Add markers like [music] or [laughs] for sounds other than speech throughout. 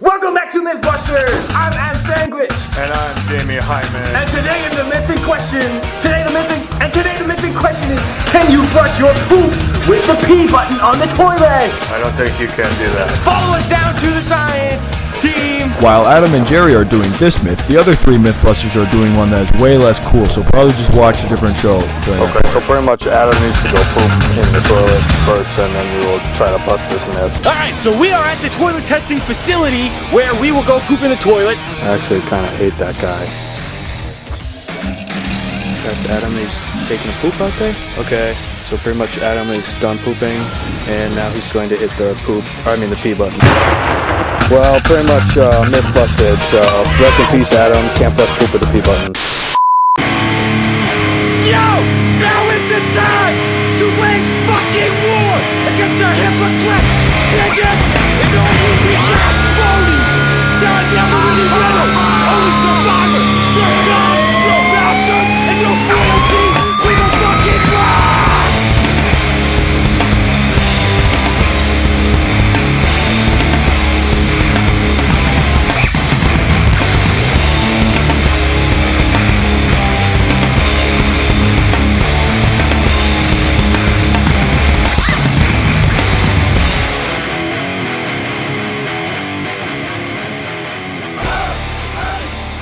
Welcome back to MythBusters. I'm Am Sandwich, And I'm Jamie Hyman. and today in the mythic question, today the mythic, and today the mythic question is: Can you flush your poop with the P button on the toilet? I don't think you can do that. Follow us down to the science team. While Adam and Jerry are doing this myth, the other three Mythbusters are doing one that is way less cool, so probably just watch a different show. during that. Okay, so pretty much Adam needs to go poop in the toilet first, and then we will try to bust this myth. All right, so we are at the toilet testing facility where we will go poop in the toilet. I actually kind of hate that guy. That's Adam. He's taking a poop out there. Okay. So pretty much Adam is done pooping, and now he's going to hit the poop. I mean the pee button. Well, pretty much uh, myth busted. So rest in peace, Adam. Can't flush poop with the pee button. Yo, now is the time to wage fucking war against the hypocrites, bigots, and all you weak ass phonies. There are never any winners, only survivors. No gods, no masters, and no loyalty to the fucking gods.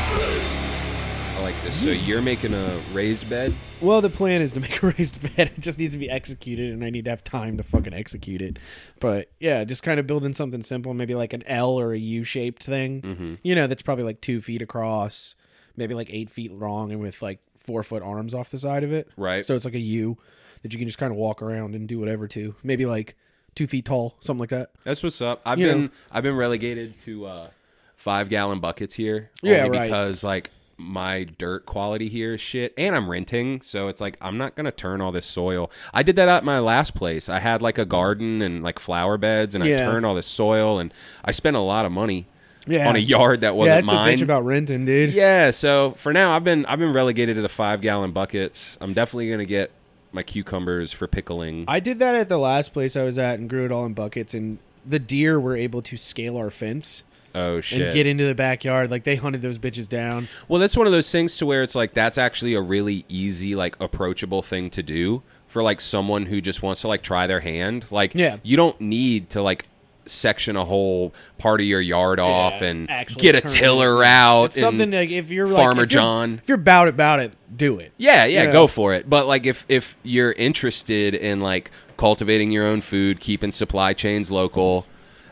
I like this. So you're making a raised bed. Well, the plan is to make [laughs] a raised bed. It just needs to be executed, and I need to have time to fucking execute it. But yeah, just kind of building something simple, maybe like an L or a U shaped thing. Mm-hmm. You know, that's probably like two feet across, maybe like eight feet long, and with like four foot arms off the side of it. Right. So it's like a U that you can just kind of walk around and do whatever to. Maybe like two feet tall, something like that. That's what's up. I've You know. been I've been relegated to uh, five gallon buckets here. Yeah, only right. Because like my dirt quality here is shit, and I'm renting, so it's like I'm not gonna turn all this soil. I did that at my last place. I had like a garden and like flower beds, and I Yeah. turned all this soil, and I spent a lot of money Yeah. on a yard that yeah, wasn't that's mine. the bitch about renting, [laughs] dude. yeah, so for now I've been I've been relegated to the five gallon buckets. I'm definitely gonna get my cucumbers for pickling. I did that at the last place I was at and grew it all in buckets, and the deer were able to scale our fence. oh shit! and get into the backyard. Like they hunted those bitches down. Well, that's one of those things to where it's like that's actually a really easy, like approachable thing to do for like someone who just wants to like try their hand. Like, Yeah. you don't need to like section a whole part of your yard off and actually get a turn tiller it. out. It's something and- like if you're like, Farmer if you're- John. if you're about it, about it, do it. Yeah, yeah, you know? go for it. But like if if you're interested in like cultivating your own food, keeping supply chains local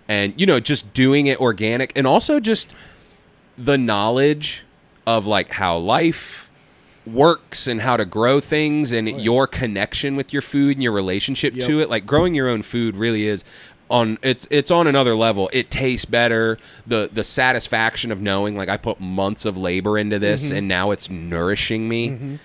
and you know, just doing it organic and also just the knowledge of like how life works and how to grow things and your connection with your food and your relationship to it. Like growing your own food really is on it's it's on another level. It tastes better. The the satisfaction of knowing like I put months of labor into this and now it's nourishing me.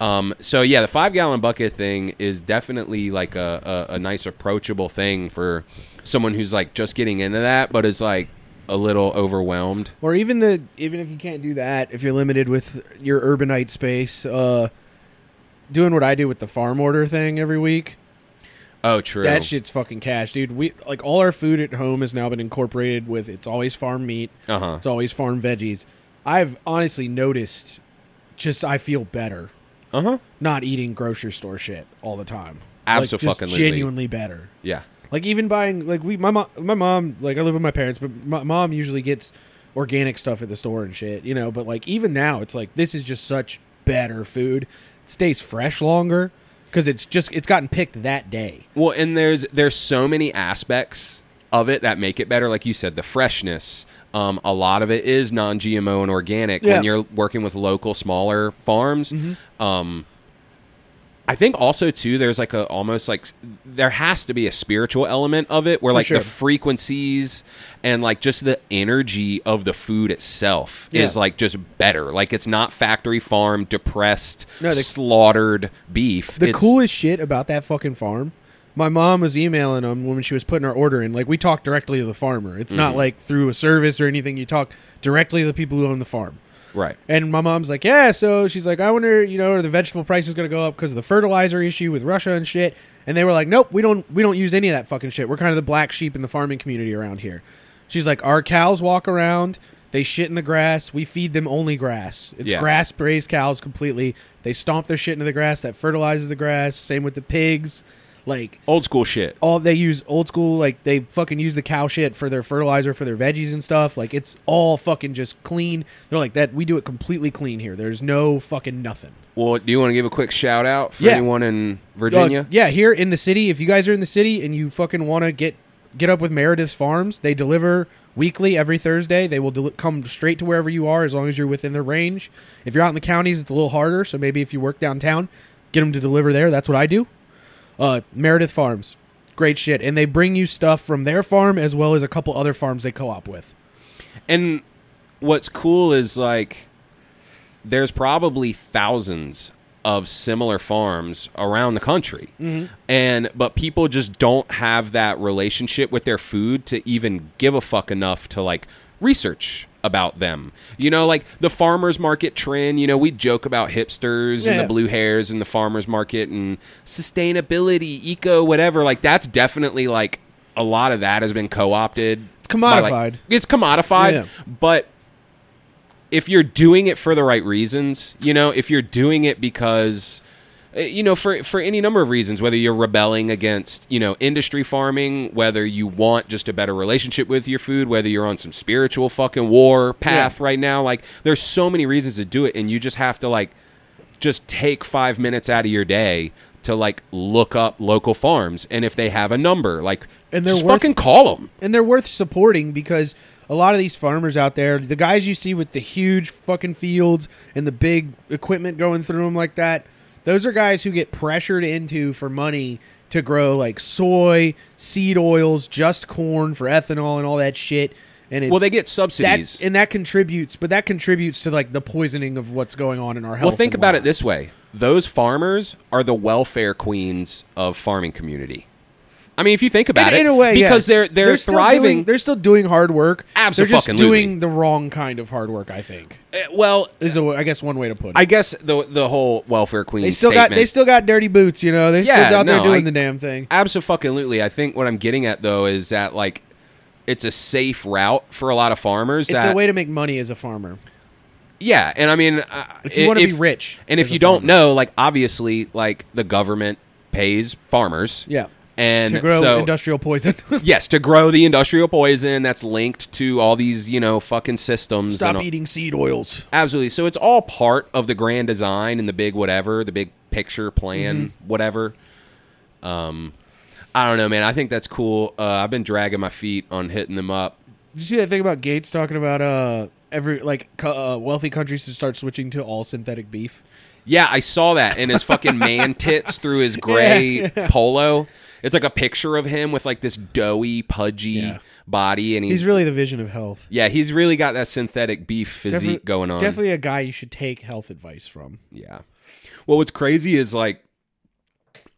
Um, so yeah, the five gallon bucket thing is definitely like a, a, a nice approachable thing for someone who's like just getting into that, but is like a little overwhelmed. Or even the even if you can't do that, if you're limited with your urbanite space, uh, doing what I do with the farm order thing every week. Oh, true. That shit's fucking cash, dude. We like all our food at home has now been incorporated with it's always farm meat. Uh-huh. It's always farm veggies. I've honestly noticed just I feel better. Uh huh. not eating grocery store shit all the time. like, Abso-fucking-lutely. just genuinely better. Yeah. Like even buying like we my mom my mom like I live with my parents, but my mom usually gets organic stuff at the store and shit, you know. But like even now, it's like this is just such better food. It stays fresh longer because it's just it's gotten picked that day. Well, and there's there's so many aspects of it that make it better. Like you said, the freshness. Um, a lot of it is non-GMO and organic. Yeah. Mm-hmm. When you're working with local, smaller farms, um, I think also too there's like a almost like s- there has to be a spiritual element of it where like sure. the frequencies and like just the energy of the food itself is Yeah. like just better. Like it's not factory farm depressed No, the- slaughtered beef. The It's- coolest shit about that fucking farm. My mom was emailing them when she was putting our order in. Like we talked directly to the farmer. It's not like through a service or anything. You talk directly to the people who own the farm. right? And my mom's like, yeah. So she's like, I wonder, you know, are the vegetable prices going to go up because of the fertilizer issue with Russia and shit? And they were like, nope, we don't, we don't use any of that fucking shit. We're kind of the black sheep in the farming community around here. She's like, our cows walk around. They shit in the grass. We feed them only grass. It's Yeah. grass raised cows completely. They stomp their shit into the grass. That fertilizes the grass. Same with the pigs. Like Old school shit. all they use old school like they fucking use the cow shit for their fertilizer for their veggies and stuff like it's all fucking just clean they're like that we do it completely clean here there's no fucking nothing Well, do you want to give a quick shout out for Yeah. anyone in Uh, Virginia? yeah here in the city if you guys are in the city and you fucking want to get get up with meredith's farms they deliver weekly every thursday they will del- come straight to wherever you are as long as you're within their range if you're out in the counties it's a little harder so maybe if you work downtown get them to deliver there that's what i do uh, Meredith Farms. Great shit. And they bring you stuff from their farm as well as a couple other farms they co op with. And what's cool is like there's probably thousands of similar farms around the country. Mm-hmm. And but people just don't have that relationship with their food to even give a fuck enough to like research about them. You know, like the farmers market trend, you know, we joke about hipsters and Yeah. the blue hairs and the farmers market and sustainability, eco whatever, like that's definitely like a lot of that has been co-opted. It's commodified. it's commodified, Yeah. but if you're doing it for the right reasons, you know, if you're doing it because uh, you know for for any number of reasons whether you're rebelling against you know industry farming whether you want just a better relationship with your food whether you're on some spiritual fucking war path right now like there's so many reasons to do it and you just have to like just take five minutes out of your day to like look up local farms and if they have a number like And they're just worth- fucking call them And they're worth supporting because a lot of these farmers out there, the guys you see with the huge fucking fields and the big equipment going through them like that, those are guys who get pressured into for money to grow like soy, seed oils, just corn for ethanol and all that shit. And it's, well they get that, subsidies and that contributes, but that contributes to like the poisoning of what's going on in our health. Well, think and about it lives. this way: those farmers are the welfare queens of farming community. I mean, if you think about in, it, in a way, because yes. they're they're, still doing- thriving. they're still doing hard work. Abso- They're just fucking lutely. doing the wrong kind of hard work. I think Eh, well, is, a, I guess, one way to put it. I guess the the whole welfare queen. they still statement, got they still got dirty boots. You know, they are Yeah, still out there no, doing I- the damn thing. Absolutely. I think what I'm getting at though is that like it's a safe route for a lot of farmers. It's that, a way to make money as a farmer. Yeah, and I mean, uh, If you wanna be rich and if as a you don't farmer. know, like obviously, like the government pays farmers. Yeah. and to grow so, industrial [laughs] poison. yes, to grow the industrial poison that's linked to all these, you know, fucking systems. and Stop all- eating seed oils. Absolutely. So it's all part of the grand design and the big whatever, the big picture plan, Mm-hmm. whatever. Um, I don't know, man. I think that's cool. Uh, I've been dragging my feet on hitting them up. Did you see that thing about Gates talking about uh every like co- uh, wealthy countries to start switching to all synthetic beef? Yeah, I saw that in his fucking [laughs] man tits through his gray Yeah, polo. It's like a picture of him with like this doughy, pudgy Yeah. body, and he's, He's really the vision of health. yeah, he's really got that synthetic beef physique Defi- going on. Definitely a guy you should take health advice from. Yeah. Well, what's crazy is like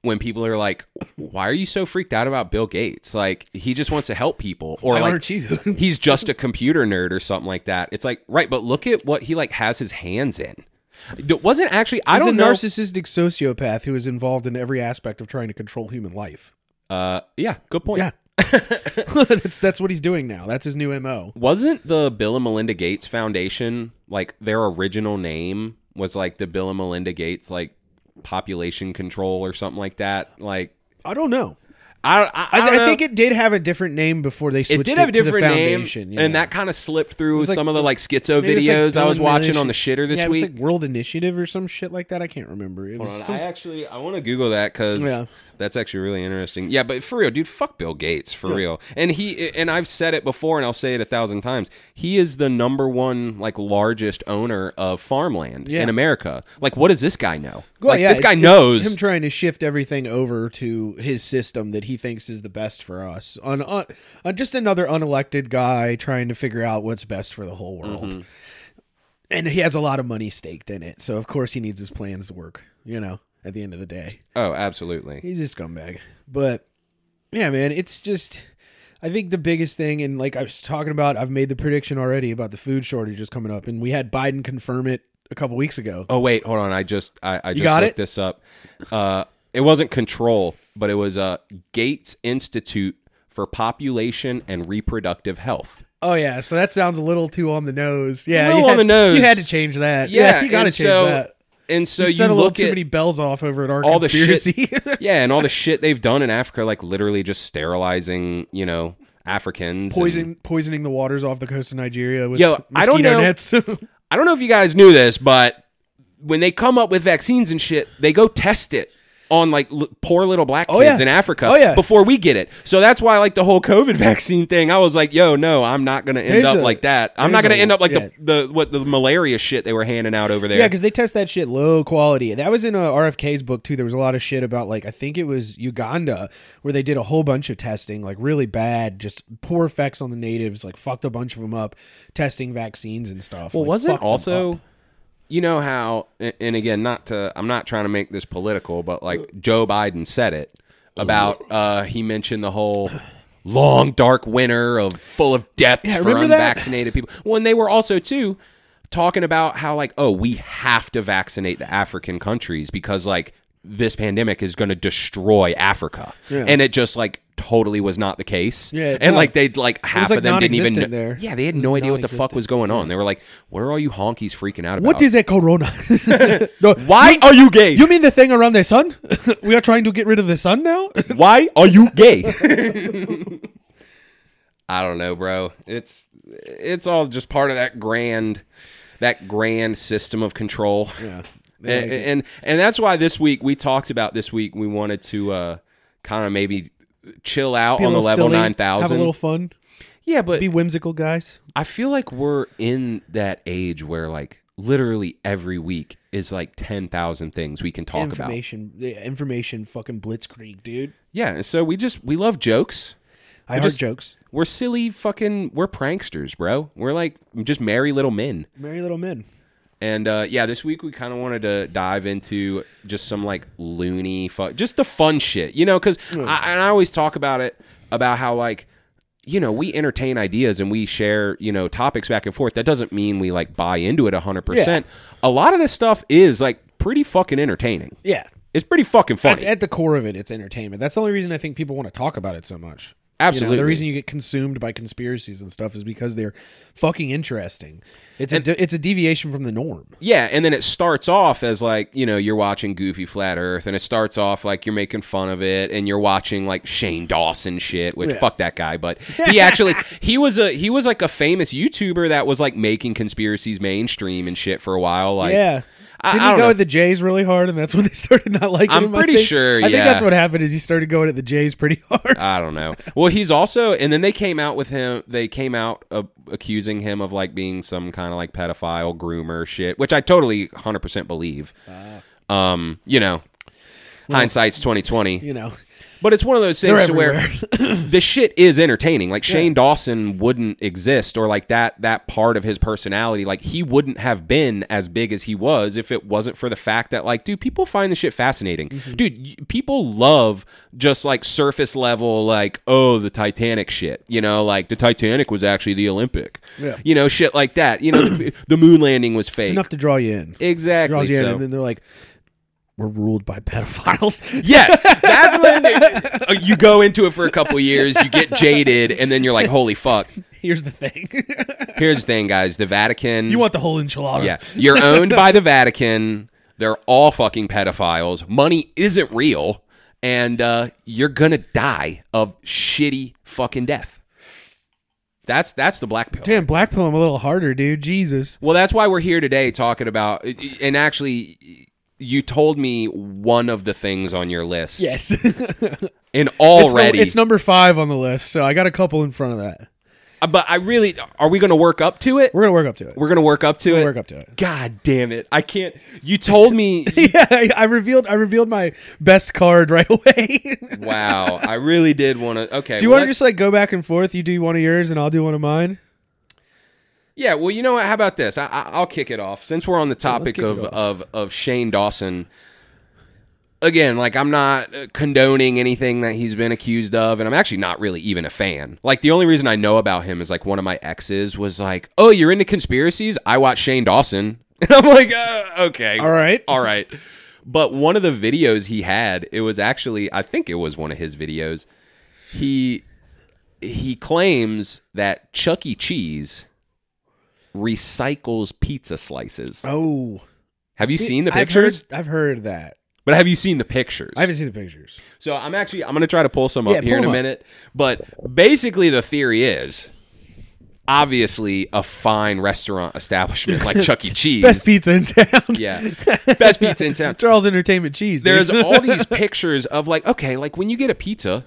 when people are like, "Why are you so freaked out about Bill Gates? Like he just wants to help people, or Why like aren't you? [laughs] he's just a computer nerd or something like that." It's like right, but look at what he like has his hands in. It wasn't actually. I He's don't a know. narcissistic sociopath who is involved in every aspect of trying to control human life. uh, yeah, good point. Yeah. [laughs] that's that's what he's doing now. That's his new MO. Wasn't the Bill and Melinda Gates Foundation like their original name was like the Bill and Melinda Gates like population control or something like that? Like I don't know. I I, I, I, I, don't know. think it did have a different name before they switched it it, did have a to the different name, foundation. and yeah. that kind of slipped through was like some of the the- like schizo Maybe it's like videos I Bill was and watching Melinda- on the shitter this yeah, it was week. like World Initiative or some shit like that. I can't remember. It was Hold on, some- I actually I want to Google that because Yeah. that's actually really interesting. Yeah, but for real, dude, fuck Bill Gates for real. And he and I've said it before, and I'll say it a thousand times. He is the number one like largest owner of farmland Yeah. in America. Like, what does this guy know? Well, like, yeah, this guy it's- it's knows. him trying to shift everything over to his system that he thinks is the best for us. On uh, uh, just another unelected guy trying to figure out what's best for the whole world, Mm-hmm. and he has a lot of money staked in it. So of course he needs his plans to work. You know, at the end of the day, oh, absolutely. he's a scumbag. But yeah, man, it's just. I think the biggest thing, and like I was talking about, I've made the prediction already about the food shortages coming up, and we had Biden confirm it a couple weeks ago. Oh wait, hold on. I just I, I just got looked it? this up. Uh, it wasn't control, but it was uh, Gates Institute for Population and Reproductive Health. Oh yeah, so that sounds a little too on the nose. Yeah, little you on had- the nose. You had to change that. Yeah, Yeah, you got to and change so- that. And so you, you, set a little look too at many bells off over at our all the conspiracy. [laughs] [laughs] shit. [laughs] yeah, and all the shit they've done in Africa, like literally just sterilizing, you know, Africans. and- Poison, poisoning the waters off the coast of Nigeria with Yo, Yo, I don't know- nets. [laughs] I don't know if you guys knew this, but when they come up with vaccines and shit, they go test it on like l- poor little black kids yeah. in Africa Oh, yeah. before we get it. So that's why like the whole COVID [laughs] vaccine thing, I was like, yo, no, I'm not going to end There's up a- like that. I'm not there's going to a- end up like yeah. the, the what the malaria shit they were handing out over there. Yeah, because they test that shit low quality. That was in uh, RFK's book too. There was a lot of shit about like I think it was Uganda where they did a whole bunch of testing, like really bad, just poor effects on the natives, like fucked a bunch of them up, testing vaccines and stuff. Well, like, wasn't fucked them up. also, Oh. you know how, a- and again, not to, I'm not trying to make this political, but like Joe Biden said it about, uh, he mentioned the whole long dark winter of full of deaths for remember that? unvaccinated people. Well, and they were also too talking about how like, oh, we have to vaccinate the African countries because like this pandemic is going to destroy Africa, and it just like totally was not the case. Yeah, and no. like they would like half of like, them didn't even know. non-existent there. Yeah, they had It was no idea what the fuck non-existent. was going on. They were like, "Where are all you honkies freaking out about? What is a corona? [laughs] No, [laughs] Why are you gay? You mean the thing around the sun? [laughs] we are trying to get rid of the sun [laughs] now? Why are you gay?" [laughs] I don't know, bro. It's it's all just part of that grand that grand system of control. Yeah. [laughs] And, and and that's why this week we talked about this week we wanted to uh kind of maybe chill out Be a on the level little silly, Have a 9000. little fun. yeah, but Be whimsical, guys. I feel like we're in that age where like literally every week is like 10,000 things we can talk about. information, the information fucking blitzkrieg, dude. Yeah, and so we just we love jokes. I heard just- jokes. We're silly fucking we're pranksters, bro. We're like just merry little men. Merry little men. And uh yeah, this week we kind of wanted to dive into just some like loony fuck just the fun shit. You know, cuz I and I always talk about it about how like you know, we entertain ideas and we share, you know, topics back and forth. That doesn't mean we like buy into it 100%. A lot of this stuff is like pretty fucking entertaining. Yeah. It's pretty fucking At, funny. at the core of it, it's entertainment. That's the only reason I think people want to talk about it so much. You know, Absolutely. the reason you get consumed by conspiracies and stuff is because they're fucking interesting. It's a de- it's a deviation from the norm. Yeah, and then it starts off as like, you know, you're watching Goofy Flat Earth, and it starts off like you're making fun of it, and you're watching like Shane Dawson shit, which fuck that guy, but he actually he was a he was like a famous YouTuber that was like making conspiracies mainstream and shit for a while. Like yeah. I- Didn't I he don't go know. at the Jays really hard, and that's [laughs] when they started not liking I'm him? I pretty think? sure, I think yeah. Uh, that's what happened. Is he started going at the Jays pretty [laughs] hard? I don't know. Well, he's also, and then they came out with him. They came out uh, accusing him of like being some kind of like pedophile groomer shit, which I totally 100% believe. um, you know, hindsight's 2020. you know, But it's one of those things They're to where [coughs] [coughs] the shit is entertaining. Like Shane Dawson wouldn't exist, or like that that part of his personality, like he wouldn't have been as big as he was if it wasn't for the fact that like, dude, people find the shit fascinating. Mm-hmm. Dude, y- people love just like surface level, like oh, the Titanic shit. You know, like the Titanic was actually the Olympic. Yeah. You know, shit like that. You know, [coughs] the, the moon landing was fake. it's enough to draw you in. exactly. draws you in, so- and then they're like, "We're ruled by pedophiles." [laughs] Yes, that's when they- [laughs] uh, you go into it for a couple years, you get jaded, and then you're like, "Holy fuck!" Here's the thing: [laughs] Here's the thing, guys: the Vatican. you want the whole enchilada. yeah, you're owned by the Vatican. They're all fucking pedophiles. Money isn't real, and uh, you're gonna die of shitty fucking death. That's that's the black pill. Damn, black pill him a little harder, dude. Jesus. Well, that's why we're here today talking about. uh, And actually, you told me one of the things on your list. [laughs] and already it's, number five on the list, so I got a couple in front of that. Uh, But I really are we going to work up to it? We're gonna work up to it. We're going to work up to it. work up to it. [laughs] God damn it! I can't. You told me. [laughs] yeah, I, I revealed I revealed my best card right [laughs] away. do wow, I really did want to. Okay. you well, want to let's- just like go back and forth? You do one of yours, and I'll do one of mine. Yeah. Well, you know what? How about this? I, I, I'll kick it off since we're on the topic kick it of, of of Shane Dawson. Again, like I'm not uh, condoning anything that he's been accused of, and I'm actually not really even a fan. Like the only reason I know about him is like one of my exes was like, "Oh, you're into conspiracies? I watch Shane Dawson," [laughs] and I'm like, uh, "Okay, All right. all right. But one of the videos he had, it was actually, I think it was one of his videos. He he claims that Chuck E. Cheese recycles pizza slices. Oh, Have you seen the pictures? I've heard, I've heard that. but have you seen the pictures? I haven't seen the pictures. So I'm actually I'm gonna try to pull some Yeah, up here in pull a 'em up. minute. But basically the theory is obviously a fine restaurant establishment like [laughs] Chuck E. Cheese. Best pizza in town. [laughs] yeah. Best pizza in town. Charles Entertainment Cheese. [laughs] dude. There's all these pictures of like, okay, like when you get a pizza,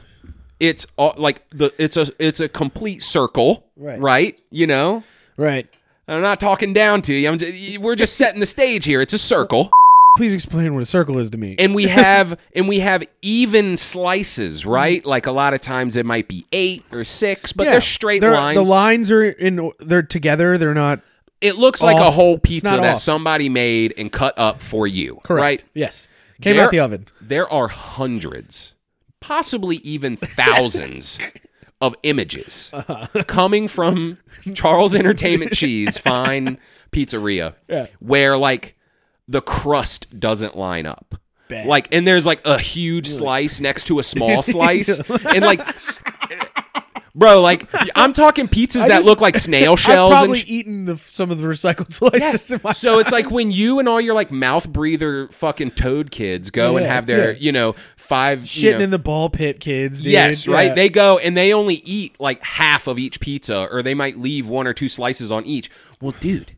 it's all like the it's a it's a complete circle. Right. Right? You know? [laughs] right. I'm not talking down to you. I'm just, we're just setting the stage here. It's a circle. Please explain what a circle is to me. [laughs] and we have and we have even slices, right? Like a lot of times it might be eight or six, but Mm-hmm. Yeah, they're straight lines. The lines are in. They're together. They're not it looks like a off. whole It's pizza not that off. somebody made and cut up for you, correct. right? Yes. Came There- out the oven. There are hundreds, possibly even [laughs] thousands. Of images coming from Charles Entertainment [laughs] Cheese Fine Pizzeria, where like the crust doesn't line up. Like, and there's like a huge slice next to a [laughs] small slice, and like, bro, like I'm talking pizzas that just- look [laughs] like snail I've shells. and probably sh- eaten the, some of the recycled [laughs] slices. Yes. In my So it's like when you and all your like mouth breather fucking toad kids go and Yeah, have their yeah. you know five shitting you know- in the ball pit, kids. Dude. yes right. Yeah. They go and they only eat like half of each pizza, or they might leave one or two slices on each. Well, dude.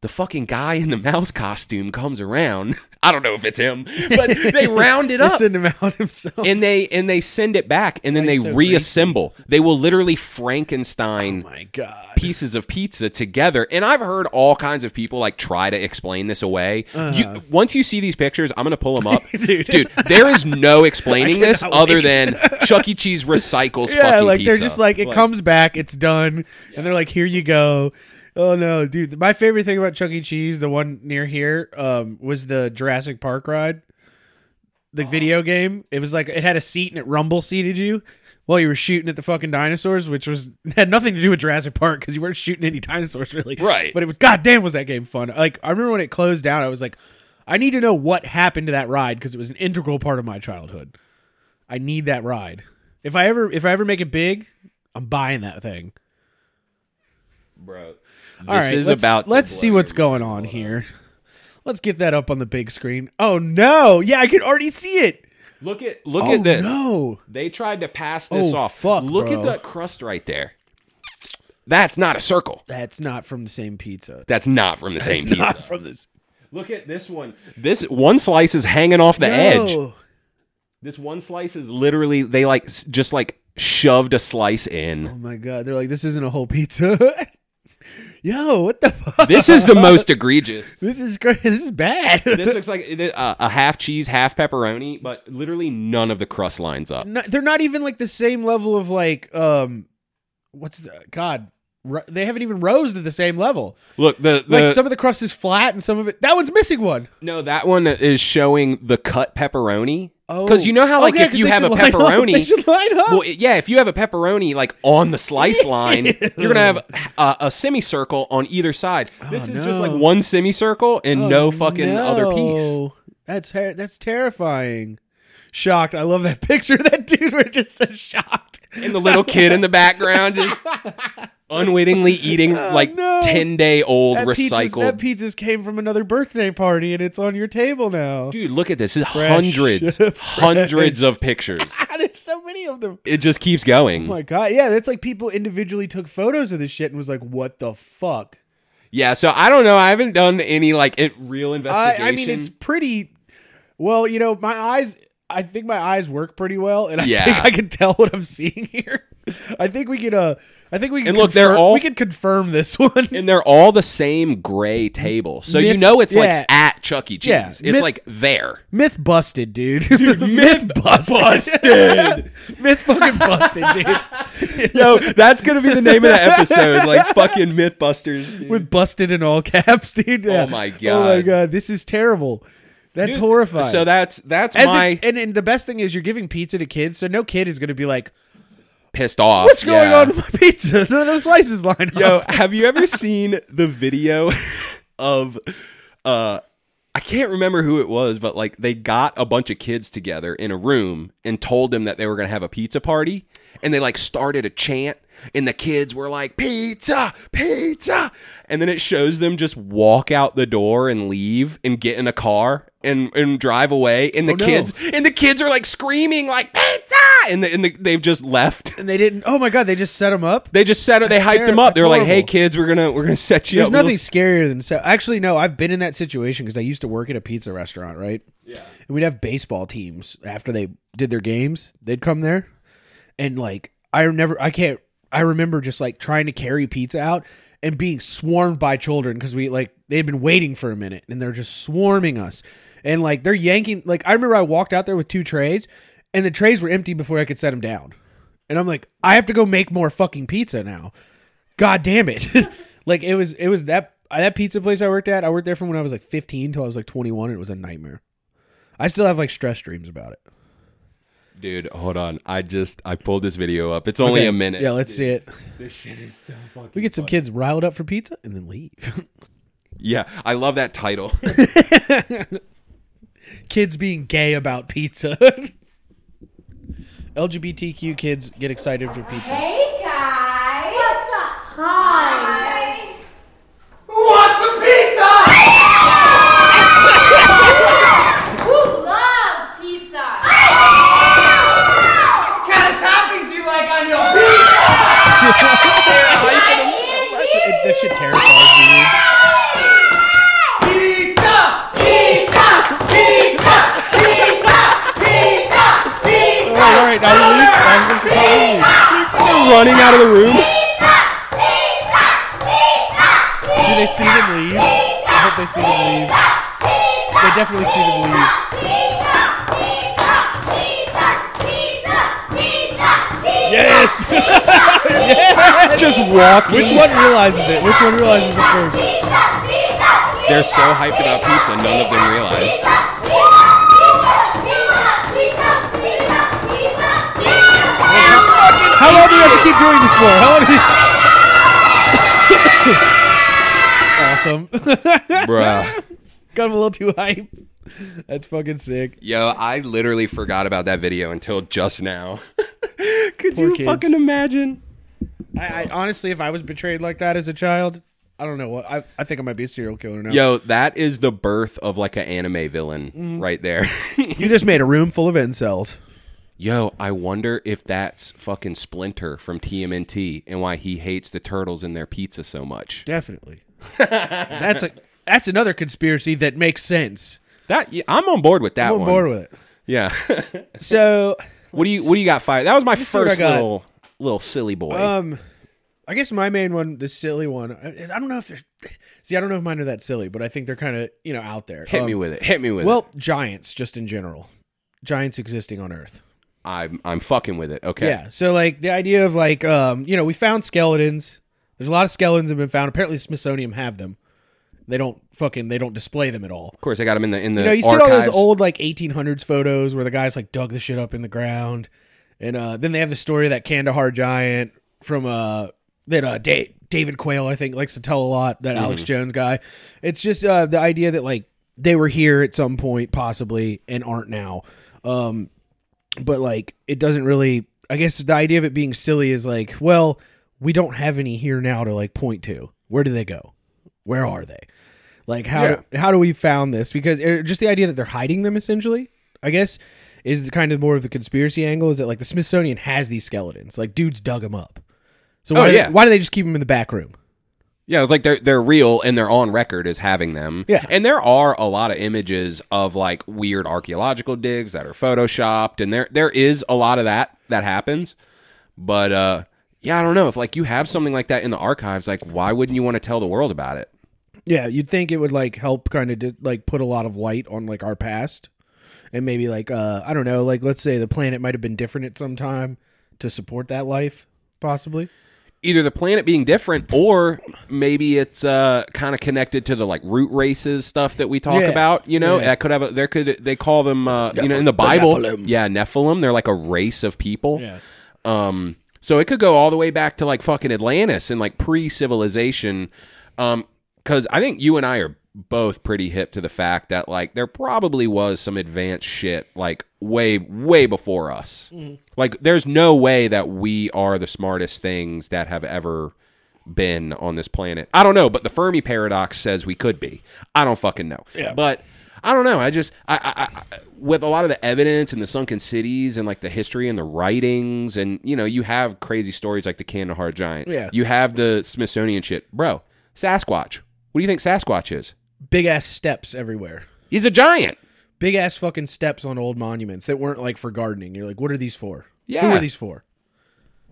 The fucking guy in the mouse costume comes around. [laughs] I don't know if it's him, but [laughs] they round it They up Oh send him out [laughs] himself. and they and they send it back and then they That's so Oh reassemble. They will literally Frankenstein my God. pieces of pizza together. And I've heard all kinds of people like try to explain this away. Uh-huh. You, once you see these pictures, I'm going to pull them [laughs] up. dude. there is no explaining this cannot other wait. [laughs] than Chuck E. Cheese recycles Yeah, fucking like pizza. they're just like it comes back, it's done, and they're like, here you go. Oh no, dude! My favorite thing about Chuck E. Cheese, the one near here, um, was the Jurassic Park ride, Oh. the video game. It was like it had a seat and it rumble seated you while you were shooting at the fucking dinosaurs, which was [laughs] had nothing to do with Jurassic Park because you weren't shooting any dinosaurs [laughs] really, Right. But it was goddamn was that game fun. Like I remember when it closed down, I was like, I need to know what happened to that ride because it was an integral part of my childhood. I need that ride. If I ever if I ever make it big, I'm buying that thing. Bro, this All right, is let's, about. to Let's see blow what's your going on here. Let's get that up on the big screen. Oh no! Yeah, I can already see it. mind. Look at look Oh at this. no! They tried to pass this Oh, off. fuck, look at bro. that crust right there. That's not a circle. That's not from the same pizza. That's not from the same pizza. [laughs] Not from this Look at this one. This one slice is hanging off the edge. Oh, This one slice is literally they like s- just like shoved a slice Oh in. my god! They're like, this isn't a whole pizza. [laughs] Yo, what the fuck? This is the [laughs] most egregious. This is crazy. This is bad. This looks like it- uh, a half cheese, half pepperoni, but literally none of the crust lines up. No- they're not even like the same level of like um, what's the god? Ro- they haven't even rose to the same level. Look, the, the like some of the crust is flat and some of it that one's missing one. no, that one is showing the cut pepperoni. Oh. because you know how Oh, like yeah, if 'cause you they have a should line up. [laughs] They pepperoni, should line up. well, it- yeah, if you have a pepperoni like on the [laughs] slice line, you're gonna have a, a semicircle on either side. This is just like Oh, no. Oh, one semicircle and no fucking other piece. [laughs] No. That's ter- that's terrifying. Shocked. I love that [laughs] picture. of That dude were just so shocked. and the little kid in the background [laughs] just unwittingly eating like Oh, no. 10 day old [laughs] That pizza's, recycled that pizza's came from another birthday party and it's on your table now. dude look at this It's hundreds hundreds of pictures [laughs] There's so many of them. it just keeps going Oh my god. Yeah, that's like people individually took photos of this shit and was like, "What the fuck?" yeah so i don't know i haven't done any like it, real I, investigation I mean, it's pretty. Well, you know, my eyes. I think my eyes work pretty well, and I Yeah. think I can tell what I'm seeing here. [laughs] I think we can. Uh, I think we can. And look, they're confirm- all- We can confirm this [laughs] one. and they're all the same gray table so you Myth- know it's yeah. like at chuck e cheese Yeah, it's myth- like [laughs] there Myth busted, dude. [laughs] Myth busted. [laughs] Myth fucking busted, [laughs] dude. yo that's gonna be the name of the episode [laughs] [laughs] like fucking mythbusters dude. With busted in all [laughs] caps, dude. Yeah. Oh my Oh my God. god, this is terrible. That's Dude, horrifying. so that's that's As my a, and, and the best thing is you're giving pizza to kids, so no kid is going to be like, pissed off "What's going Yeah. on with my pizza? [laughs] None of those slices [laughs] line Yo, [laughs] up." have you ever seen the video of uh I can't remember who it was, but like they got a bunch of kids together in a room and told them that they were going to have a pizza party. And they like started a chant, and the kids were like, Pizza, pizza. And then it shows them just walk out the door and leave and get in a car and, and drive away. And the kids and the kids are like screaming, like, Pizza. And, the, and the, they've just left. And they didn't. Oh my god, they just set him up. They just set it. They hyped them terrible. up. They were like, That's "Hey horrible. kids, we're gonna we're gonna set you There's up." nothing scarier than so. Actually, no, I've been in that situation because I used to work at a pizza restaurant, right? Yeah. And we'd have baseball teams after they did their games. They'd come there, and like I never, I can't. I remember just like trying to carry pizza out and being swarmed by children because we like they had been waiting for a minute and they're just swarming us, and like they're yanking. Like I remember I walked out there with two trays, and the trays were empty before I could set them down, and I'm like, I have to go make more fucking pizza now. God damn it! [laughs] like it was, it was that that pizza place I worked at. I worked there from when I was like 15 till I was like 21. And it was a nightmare. I still have like stress dreams about it. dude. Hold on, I just I pulled this video up. It's only Okay, a minute. Yeah, let's see it. This shit is so fucking. We get some kids riled up for pizza and then leave. [laughs] Yeah, I love that title. kids being gay about pizza. [laughs] LGBTQ kids get excited for pizza. Hey guys! What's up? Hi! [laughs] Who wants some pizza? Who loves pizza? This shit- This shit terrifies me. [laughs] [laughs] All right, Oh, all right, now we leave. Now we leave. running out of the room. Do they see them leave? I hope they see them leave. They definitely see them leave. Yes! [laughs] Just walk. Which one realizes it? Which one realizes it first? They're so hyped about pizza, none of them realize. How long do we have to keep doing this for? How long do you... [laughs] Awesome. [laughs] Bruh. Got a little too hype. That's fucking sick. Yo, I literally forgot about that video until just now. [laughs] Could Poor you kids. fucking imagine? I, I honestly, if I was betrayed like that as a child, I don't know what. I, I think I might be a serial killer now. Yo, that is the birth of like an anime villain Mm-hmm. right there. [laughs] You just made a room full of incels. Yo, I wonder if that's fucking Splinter from TMNT and why he hates the turtles and their pizza so much. Definitely. that's a that's another conspiracy that makes sense. That yeah, I'm on board with that I'm on one. board with it. Yeah. So what do you What do you got fired? That was my see what I first got. little little silly boy. Um, I guess my main one, the silly one. I, I don't know if they're see. I don't know if mine are that silly, but I think they're kind of you know out there. Hit Um, me with it. Hit me with it. Well, giants just in general, giants existing on Earth. I'm I'm fucking with it. Okay. Yeah. So like the idea of like um you know we found skeletons. There's a lot of skeletons have been found. Apparently, the Smithsonian have them. They don't fucking they don't display them at all. Of course, I got him in the in the You know, you archives. see all those old like 1800s photos where the guys like dug the shit up in the ground, and uh, then they have the story of that Kandahar giant from uh that uh da- David Quayle I think likes to tell a lot Mm-hmm. that Alex Jones guy. It's just uh the idea that like they were here at some point possibly and aren't now. Um, but like it doesn't really. I guess the idea of it being silly is like, well, we don't have any here now to like point to. Where do they go? Where are they? Like how how do we found this? Because er, just the idea that they're hiding them essentially, I guess, is the kind of more of the conspiracy angle. Is that like the Smithsonian has these skeletons? Like dudes dug them up. So why, Oh, do they- yeah. why do they just keep them in the back room? Yeah, it's like they're they're real and they're on record as having them. Yeah. and there are a lot of images of like weird archaeological digs that are photoshopped, and there there is a lot of that that happens. But uh, yeah, I don't know if like you have something like that in the archives, like why wouldn't you want to tell the world about it? Yeah, you'd think it would like help kind of di- like put a lot of light on like our past, and maybe like uh I don't know, like let's say the planet might have been different at some time to support that life, possibly. Either the planet being different, or maybe it's uh, kind of connected to the like root races stuff that we talk Yeah. about. You know, Yeah. that could have a, there could they call them uh, you know in the Bible, yeah, Nephilim. They're like a race of people. Um, so it could go all the way back to like fucking Atlantis and like pre civilization. Um, because I think you and I are both pretty hip to the fact that like there probably was some advanced shit like way way before us. Like there's no way that we are the smartest things that have ever been on this planet. I don't know, but the Fermi paradox says we could be. I don't fucking know. Yeah. But I don't know. I just I, I, I with a lot of the evidence and the sunken cities and like the history and the writings and you know you have crazy stories like the Kandahar giant. Yeah. You have the Smithsonian shit, bro. Sasquatch. What do you think Sasquatch is? Big ass steps everywhere. He's a giant. Big ass fucking steps on old monuments that weren't like for gardening. You're like, what are these for? Who Yeah. are these for?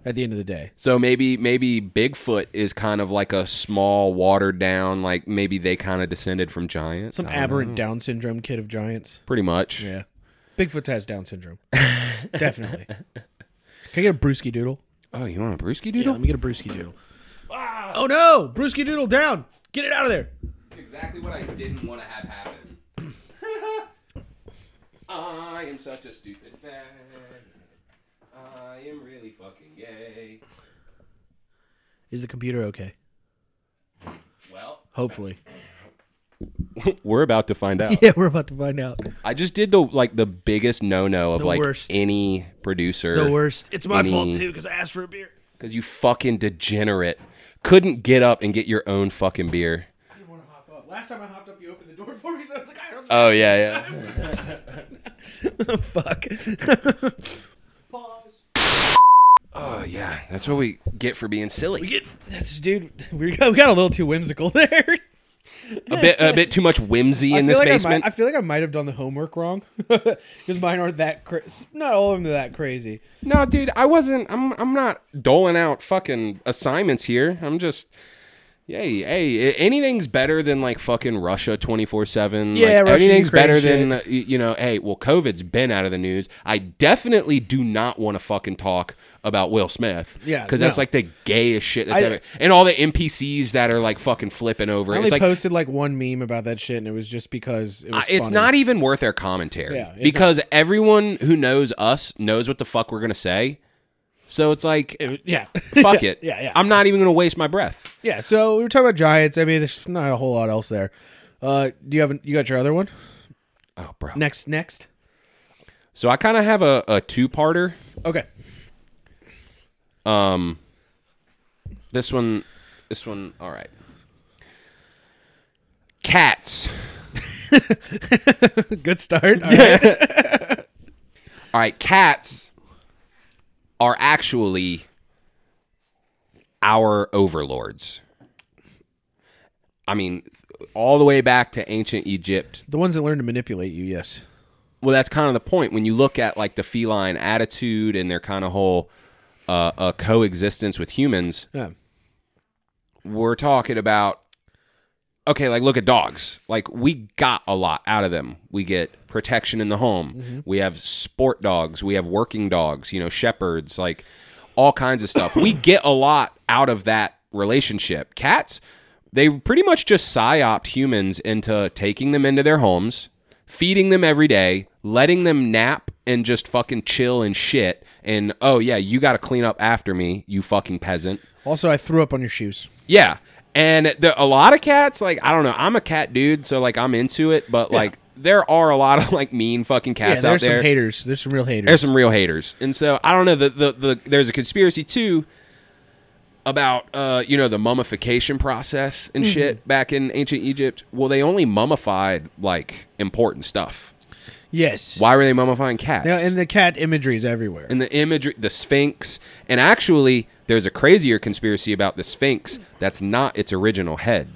At the end of the day. So maybe maybe Bigfoot is kind of like a small, watered down, like maybe they kind of descended from giants. Some I don't aberrant know. Down syndrome kid of giants. pretty much. Yeah. Bigfoot has Down [laughs] syndrome. Definitely. Can I get a brewski doodle? Oh, you want a brewski Yeah, doodle? let me get a brewski doodle. Oh no! Brewski doodle down! Get it out of there! exactly what I didn't want to have happen. [coughs] I am such a stupid fag. I am really fucking gay. Is the computer okay? Well, Hopefully. we're about to find [laughs] out. [laughs] Yeah, we're about to find out. I just did the like the biggest no no of The like worst. any producer. The worst. It's my Any- fault too because I asked for a beer. Because you fucking degenerate couldn't get up and get your own fucking beer. I didn't want to hop up. Last time I hopped up, you opened the door for me, so I was like, I don't. Oh yeah, yeah. Uh. Fuck. [laughs] Pause. Oh yeah. That's what we get for being silly. Get, that's, dude, we got, we got a little too whimsical [laughs] there. A bit, a [laughs] bit too much whimsy in I this feel like basement. I, might, I feel like I might have done the homework wrong [laughs] because mine aren't that cra- not all of them are that crazy. no, dude, I wasn't. I'm, I'm not doling out fucking assignments here. I'm just. Hey, hey, i- anything's better than like fucking Russia 24 7. Yeah, like, Russia, Anything's Ukraine better shit. than, uh, y- you know, hey, well, COVID's been out of the news. I definitely do not want to fucking talk about Will Smith. Yeah, Because that's no. like the gayest shit that's I- ever. And all the NPCs that are like fucking flipping over. I it. only it's like, posted like one meme about that shit, and it was just because it was. I- it's funny. not even worth their commentary Yeah, it's because everyone who knows us knows what the fuck we're gonna say. So it's like, Yeah. [laughs] e- fuck it. [laughs] Yeah, yeah. I'm not even gonna waste my breath. yeah. So we were talking about giants. I mean, there's not a whole lot else there. Uh, do you have an, you got your other one Oh, bro. next? Next. So I kind of have a, a two parter. Okay. [laughs] Um, this one, this one. All right. Cats. Good start. All right. All right, cats are actually our overlords. I mean, all the way back to ancient Egypt. the ones that learn to manipulate you. Yes. Well, that's kind of the point when you look at like the feline attitude and their kind of whole uh, uh, coexistence with humans. Yeah. We're talking about okay, like look at dogs. Like we got a lot out of them. We get protection in the home. We have sport dogs. We have working dogs. You know, shepherds. Like all kinds of stuff. we get a lot out of that relationship. Cats, they pretty much just psyoped humans into taking them into their homes, feeding them every day, letting them nap and just fucking chill and shit. And oh yeah, you got to clean up after me, you fucking peasant. Also, I threw up on your shoes. Yeah. And the, a lot of cats, like, I don't know. I'm a cat dude, so, like, I'm into it, but, like, there are a lot of, [laughs] like, mean fucking cats yeah, out there's there. some haters. There's some real haters. There's some real haters. And so, I don't know. The, the, the, there's a conspiracy, too, about, uh, you know, the mummification process Mm-hmm. and shit back in ancient Egypt. Well, they only mummified, like, important stuff. yes. Why were they mummifying cats? Yeah, and the cat imagery is everywhere. and the imagery, the Sphinx, and actually, there's a crazier conspiracy about the Sphinx that's not its original head.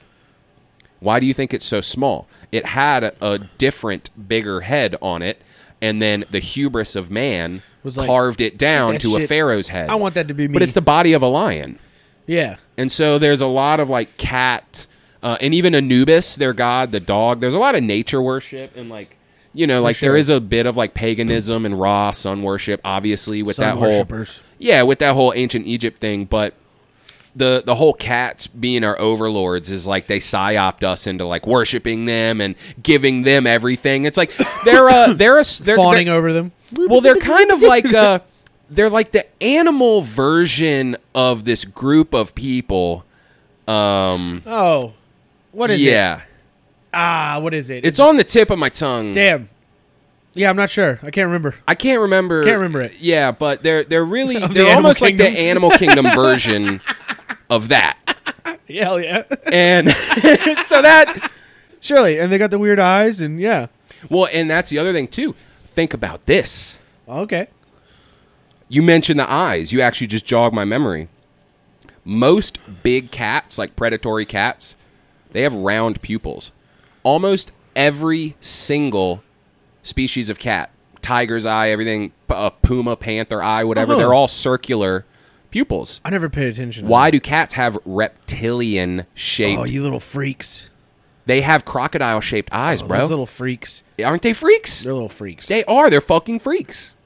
Why do you think it's so small? It had a, a different, bigger head on it, and then the hubris of man Was like, carved it down "That to a shit- pharaoh's head. I want that to be me. But it's the body of a lion. yeah. And so there's a lot of like cat, uh, and even Anubis, their god, the dog. There's a lot of nature worship and like, you know, like sure. there is a bit of like paganism and raw sun worship, obviously with Sun that whole, worshippers. yeah, with that whole ancient Egypt thing. But the the whole cats being our overlords is like they psyoped us into like worshiping them and giving them everything. It's [coughs] like they're a they're a they're, Fawning they're- over them. well, they're kind of like uh [laughs] they're like the animal version of this group of people. Um Oh, what is it? yeah. Ah, what is it? It's on the tip of my tongue. damn. Yeah, I'm not sure. I can't remember. [laughs] I can't remember. Can't remember it. Yeah, but they're they're really [laughs] Of the they're Animal almost like the Kingdom. Animal [laughs] Kingdom version of that. Yeah, hell yeah. [laughs] And [laughs] so that Surely, and they got the weird eyes, and yeah. well, and that's the other thing too. Think about this. Okay. You mentioned the eyes. You actually just jogged my memory. Most big cats, like predatory cats, they have round pupils. Almost every single species of cat, tiger's eye, everything, p- uh, puma, panther eye, whatever, Oh. they're all circular pupils. I never paid attention. to Why do cats have reptilian that. shape? Oh, you little freaks! they have crocodile shaped eyes, Oh, bro. Those little freaks. Aren't they freaks? They're little freaks. They are. They're fucking freaks.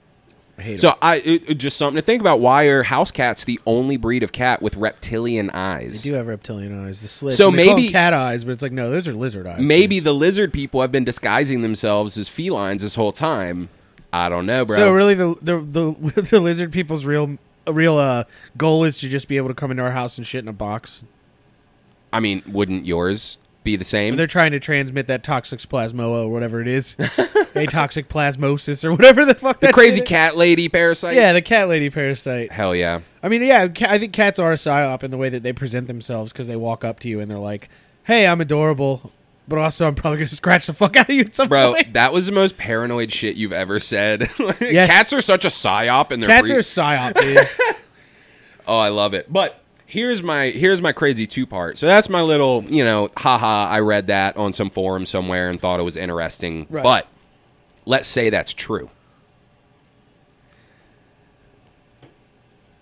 I hate 'em. So I it, it- just something to think about. Why are house cats the only breed of cat with reptilian eyes? They do have reptilian eyes. The slits. So and they call maybe- them cat eyes, but it's like no, those are lizard eyes. Maybe Jeez. the lizard people have been disguising themselves as felines this whole time. I don't know, bro. So really, the the the, [laughs] the lizard people's real real uh goal is to just be able to come into our house and shit in a box. I mean, wouldn't yours be the same? They're trying to transmit that toxic plasmoa or whatever [laughs] it is, a toxic plasmosis or whatever the fuck. The that [laughs] crazy shit is. cat lady parasite. Yeah, the cat lady parasite. Hell yeah. I mean, yeah, ca- I think cats are a psyop in the way that they present themselves because they walk up to you and they're like, "Hey, I'm adorable." But also, I'm probably gonna [laughs] scratch the fuck out of you at some [laughs] Bro, [laughs] point. that was the most paranoid shit you've ever said. [laughs] Like, Yes. Cats are such a psyop, and they're Cats free- are a psyop, [laughs] dude. Oh, I love it. But here's my here's my crazy two part. So that's my little, you know, haha, I read that on some forum somewhere and thought it was interesting. Right. But let's say that's true.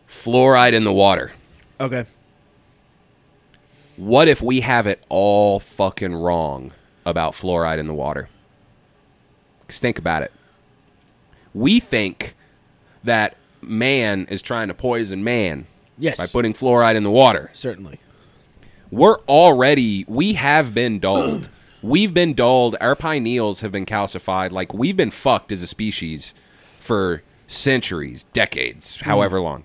Fluoride in the water. okay. What if we have it all fucking wrong about fluoride in the water? 'Cause think about it. We think that man is trying to poison man Yes. by putting fluoride in the water. Certainly. we're already we have been dulled. [clears throat] we've been dulled. Our pineals have been calcified. Like we've been fucked as a species for centuries, decades, Hmm. however long.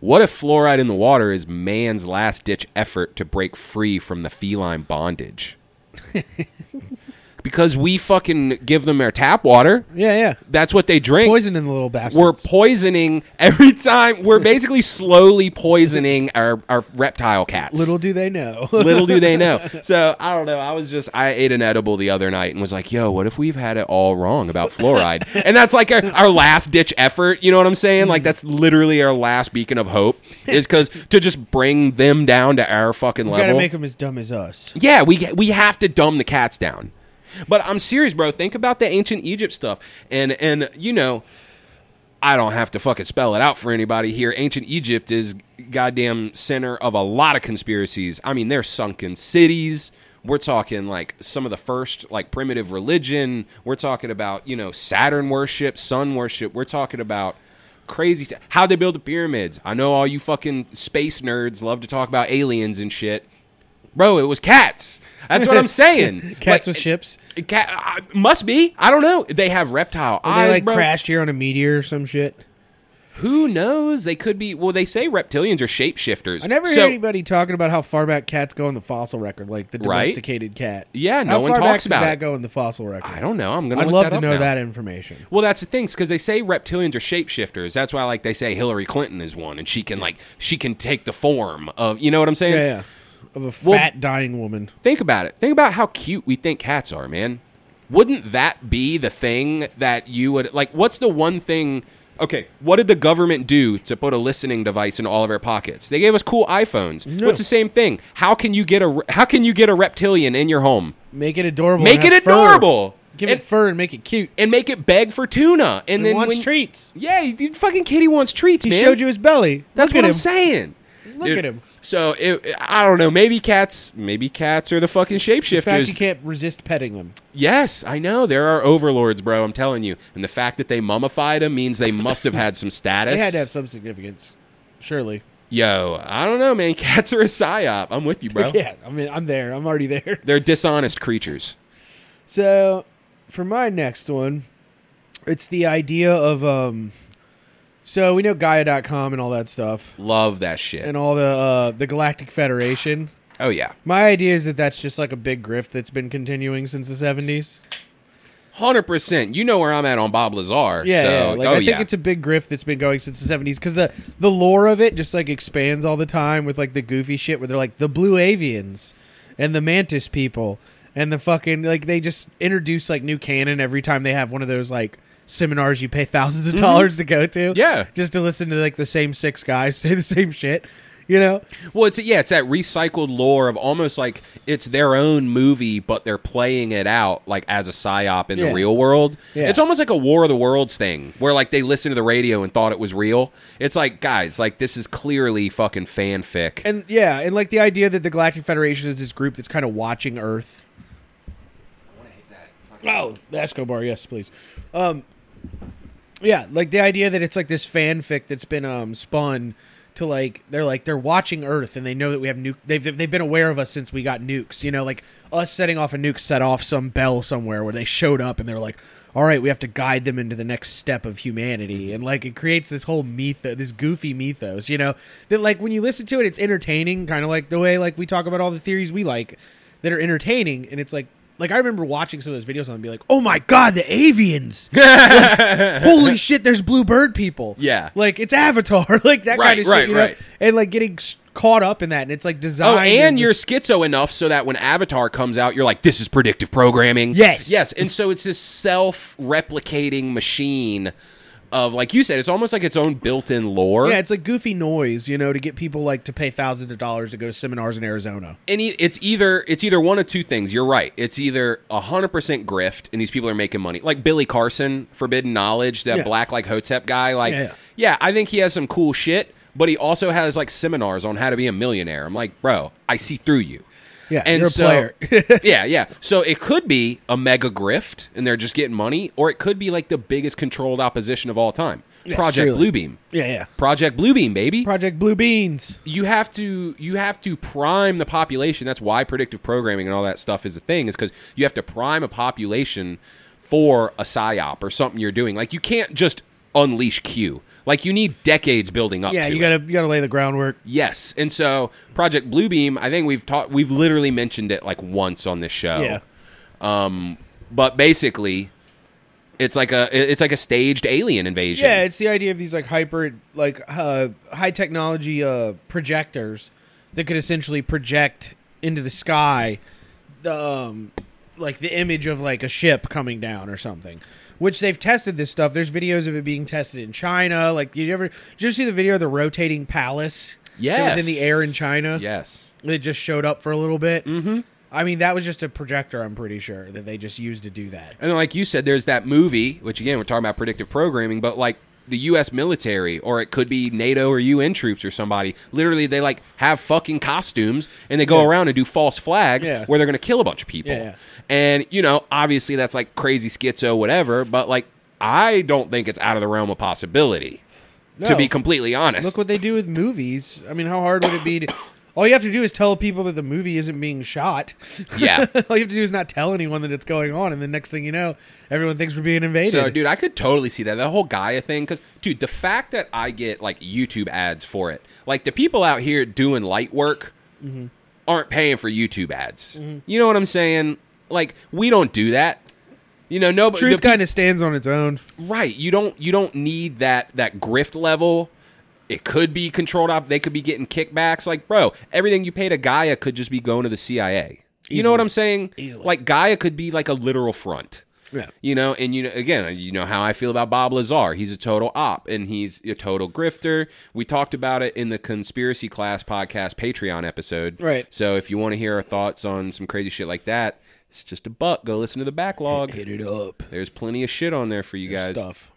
What if fluoride in the water is man's last ditch effort to break free from the feline [laughs] bondage? because we fucking give them their tap water. Yeah, yeah. That's what they drink. Poison in the little bastards. We're poisoning every time. We're basically slowly poisoning our, our reptile cats. Little do they know. [laughs] Little do they know. So I don't know. I was just I ate an edible the other night and was like, "Yo, what if we've had it all wrong about fluoride?" and that's like our, our last ditch effort. You know what I'm saying? Like that's literally our last beacon of hope is because to just bring them down to our fucking We gotta level. make them as dumb as us. Yeah, we we have to dumb the cats down. But I'm serious, bro. Think about the ancient Egypt stuff, and and you know, I don't have to fucking spell it out for anybody here. Ancient Egypt is goddamn center of a lot of conspiracies. I mean, they're sunken cities. We're talking like some of the first like primitive religion. We're talking about you know Saturn worship, sun worship. We're talking about crazy st- how they build the pyramids. I know all you fucking space nerds love to talk about aliens and shit. Bro, it was cats. That's what I'm saying. Cats Like, with ships. it- Cat I- must be. I don't know. They have reptile They eyes, like bro. crashed here on a meteor or some shit. Who knows? They could be. Well, they say reptilians are shapeshifters. I never so, hear anybody talking about how far back cats go in the fossil record, like the Right? domesticated cat. Yeah, no how one far talks back about does it. that go in the fossil record. I don't know. I'm gonna. I'd look love that to up know now. that information. Well, that's the thing, because they say reptilians are shapeshifters. That's why, like, they say Hillary Clinton is one, and she can like she can take the form of. You know what I'm saying? Yeah, yeah. Of a Well- fat dying woman. Think about it. Think about how cute we think cats are, man. Wouldn't that be the thing that you would like? What's the one thing? Okay, what did the government do to put a listening device in all of our pockets? They gave us cool iPhones. What's the same thing? How can you get a how can you get a reptilian in your home? Make it adorable. Make and it have fur. adorable. Give and, it fur and make it cute. and make it beg for tuna, and, And then then wants when- treats. Yeah, you fucking kitty wants treats. He man. showed you his belly. That's Look what at I'm him. saying. Look at him. So it, I don't know. Maybe cats. Maybe cats are the fucking The fact you shapeshifters. can't resist petting him. Yes, I know. There are overlords, bro. I'm telling you. And the fact that they mummified him means they must have had some status. [laughs] They had to have some significance, surely. Yo, I don't know, man. [laughs] Cats are a psyop. I'm with you, bro. [laughs] Yeah, I mean, I'm there. I'm already there. [laughs] They're dishonest creatures. So, for my next one, it's the idea of um. So we know Gaia.com and all that stuff, Love that shit. and all the uh, the Galactic Federation. Oh yeah, My idea is that that's just like a big grift that's been continuing since the 70s. hundred percent. You know where I'm at on Bob Lazar. Yeah, so, yeah. like oh I think yeah. it's a big grift that's been going since the 70s cuz the the lore of it just like expands all the time with like the goofy shit where they're like the blue avians and the mantis people and the fucking like they just introduce like new canon every time they have one of those like seminars you pay thousands of dollars to go to. Mm-hmm. Yeah. Just to listen to like the same six guys [laughs] say the same shit, you know? well, it's yeah, it's that recycled lore of almost like it's their own movie, but they're playing it out like as a psyop in Yeah. the real world. Yeah. It's almost like a War of the Worlds thing, where like they listened to the radio and thought it was real. It's like guys, like this is clearly fucking fanfic. And yeah, and like the idea that the Galactic Federation is this group that's kind of watching Earth. Oh, the Escobar, yes, please. Um, yeah, like the idea that it's like this fanfic that's been um spun to like they're like they're watching Earth and they know that we have nuke. They've they've been aware of us since we got nukes. You know, like us setting off a nuke set off some bell somewhere where they showed up and they're like, all right, we have to guide them into the next step of humanity. And like it creates this whole mythos, this goofy mythos. You know that like when you listen to it, it's entertaining, kind of like the way like we talk about all the theories we like that are entertaining, and it's like. Like I remember watching some of those videos and be like, "Oh my god, the avians! holy [laughs] shit, there's blue bird people. Yeah. Like it's Avatar, [laughs] like that Right, kind of right, shit, you know? right. And like getting s- caught up in that, and it's like designed. Oh, and as you're this- schizo enough so that when Avatar comes out, you're like, this is predictive programming. Yes. Yes. And so it's this self replicating machine of, like you said, it's almost like its own built in lore. yeah, it's like goofy noise, you know, to get people like to pay thousands of dollars to go to seminars in Arizona. any it's either it's either one of two things. You're right. It's either hundred percent grift, and these people are making money, like Billy Carson, Forbidden Knowledge, that Yeah. black like Hotep guy. Like, Yeah, yeah, yeah. I think he has some cool shit, but he also has like seminars on how to be a millionaire. I'm like, bro, I see through you. Yeah, you're a player. [laughs] [laughs] yeah, yeah. So it could be a mega grift, and they're just getting money, or it could be like the biggest controlled opposition of all time, Project truly. Bluebeam. Yeah, yeah. Project Bluebeam, baby Project Blue Beans. you have to you have to prime the population. That's why predictive programming and all that stuff is a thing, is because you have to prime a population for a psyop or something you're doing. Like you can't just unleash Q. Like you need decades building up. Yeah, to you it. gotta you gotta lay the groundwork. Yes, and so Project Bluebeam, I think we've taught we've literally mentioned it like once on this show. Yeah. Um, but basically, it's like a it's like a staged alien invasion. Yeah, it's the idea of these like hyper like uh, high technology uh, projectors that could essentially project into the sky the um, like the image of like a ship coming down or something. Which they've tested this stuff. There's videos of it being tested in China. Like, did you ever did you ever see the video of the rotating palace? yes, that was in the air in China. Yes. it just showed up for a little bit. Mm-hmm. I mean, that was just a projector. I'm pretty sure that they just used to do that. And then, like you said, there's that movie, which again, we're talking about predictive programming, but like the U.S. military, or it could be NATO or UN troops or somebody. Literally, they like have fucking costumes and they go around and do false flags Yeah. where they're going to kill a bunch of people. Yeah, yeah. And, you know, obviously that's like crazy schizo, whatever, but like I don't think it's out of the realm of possibility, to No. be completely honest. Look what they do with movies. I mean, how hard would it be to. [coughs] All you have to do is tell people that the movie isn't being shot. Yeah. [laughs] all you have to do is not tell anyone that it's going on, and the next thing you know, everyone thinks we're being invaded. So, dude, I could totally see that. That whole Gaia thing. Because, dude, the fact that I get, like, YouTube ads for it, like, the people out here doing light work Mm-hmm. aren't paying for YouTube ads. You know what I'm saying? Like, we don't do that. You know, nobody. Truth kind of stands on its own. right you don't you don't need that that grift level it could be controlled up they could be getting kickbacks like bro everything you pay to gaia could just be going to the cia you know what i'm saying Easily. like gaia could be like a literal front Yeah. you know and you know again you know how i feel about bob lazar he's a total op and he's a total grifter we talked about it in the conspiracy class podcast patreon episode Right. so if you want to hear our thoughts on some crazy shit like that it's just a buck go listen to the backlog [laughs] Hit it up. there's plenty of shit on there for you guys Stuff.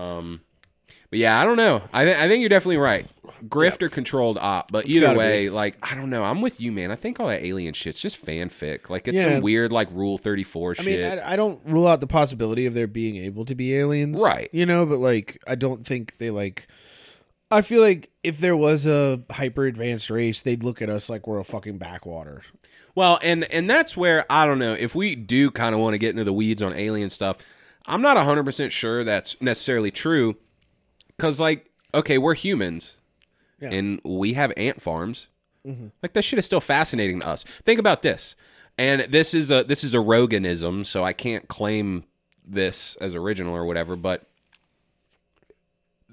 But yeah, I don't know. I, th- I think you're definitely right. Grift or controlled op, but either gotta way, like I don't know. I'm with you, man. I think all that alien shit's just fanfic. Like it's Yeah. some weird like Rule 34 I shit. mean, I, I don't rule out the possibility of there being able to be aliens. Right. You know, but like, I don't think they like. I feel like if there was a hyper advanced race, they'd look at us like we're a fucking backwater. well, and and that's where I don't know if we do kind of want to get into the weeds on alien stuff. I'm not 100 percent sure that's necessarily true, because like okay, we're humans, Yeah. and we have ant farms. Like that shit is still fascinating to us. Think about this, and this is a this is a Roganism, so I can't claim this as original or whatever, but.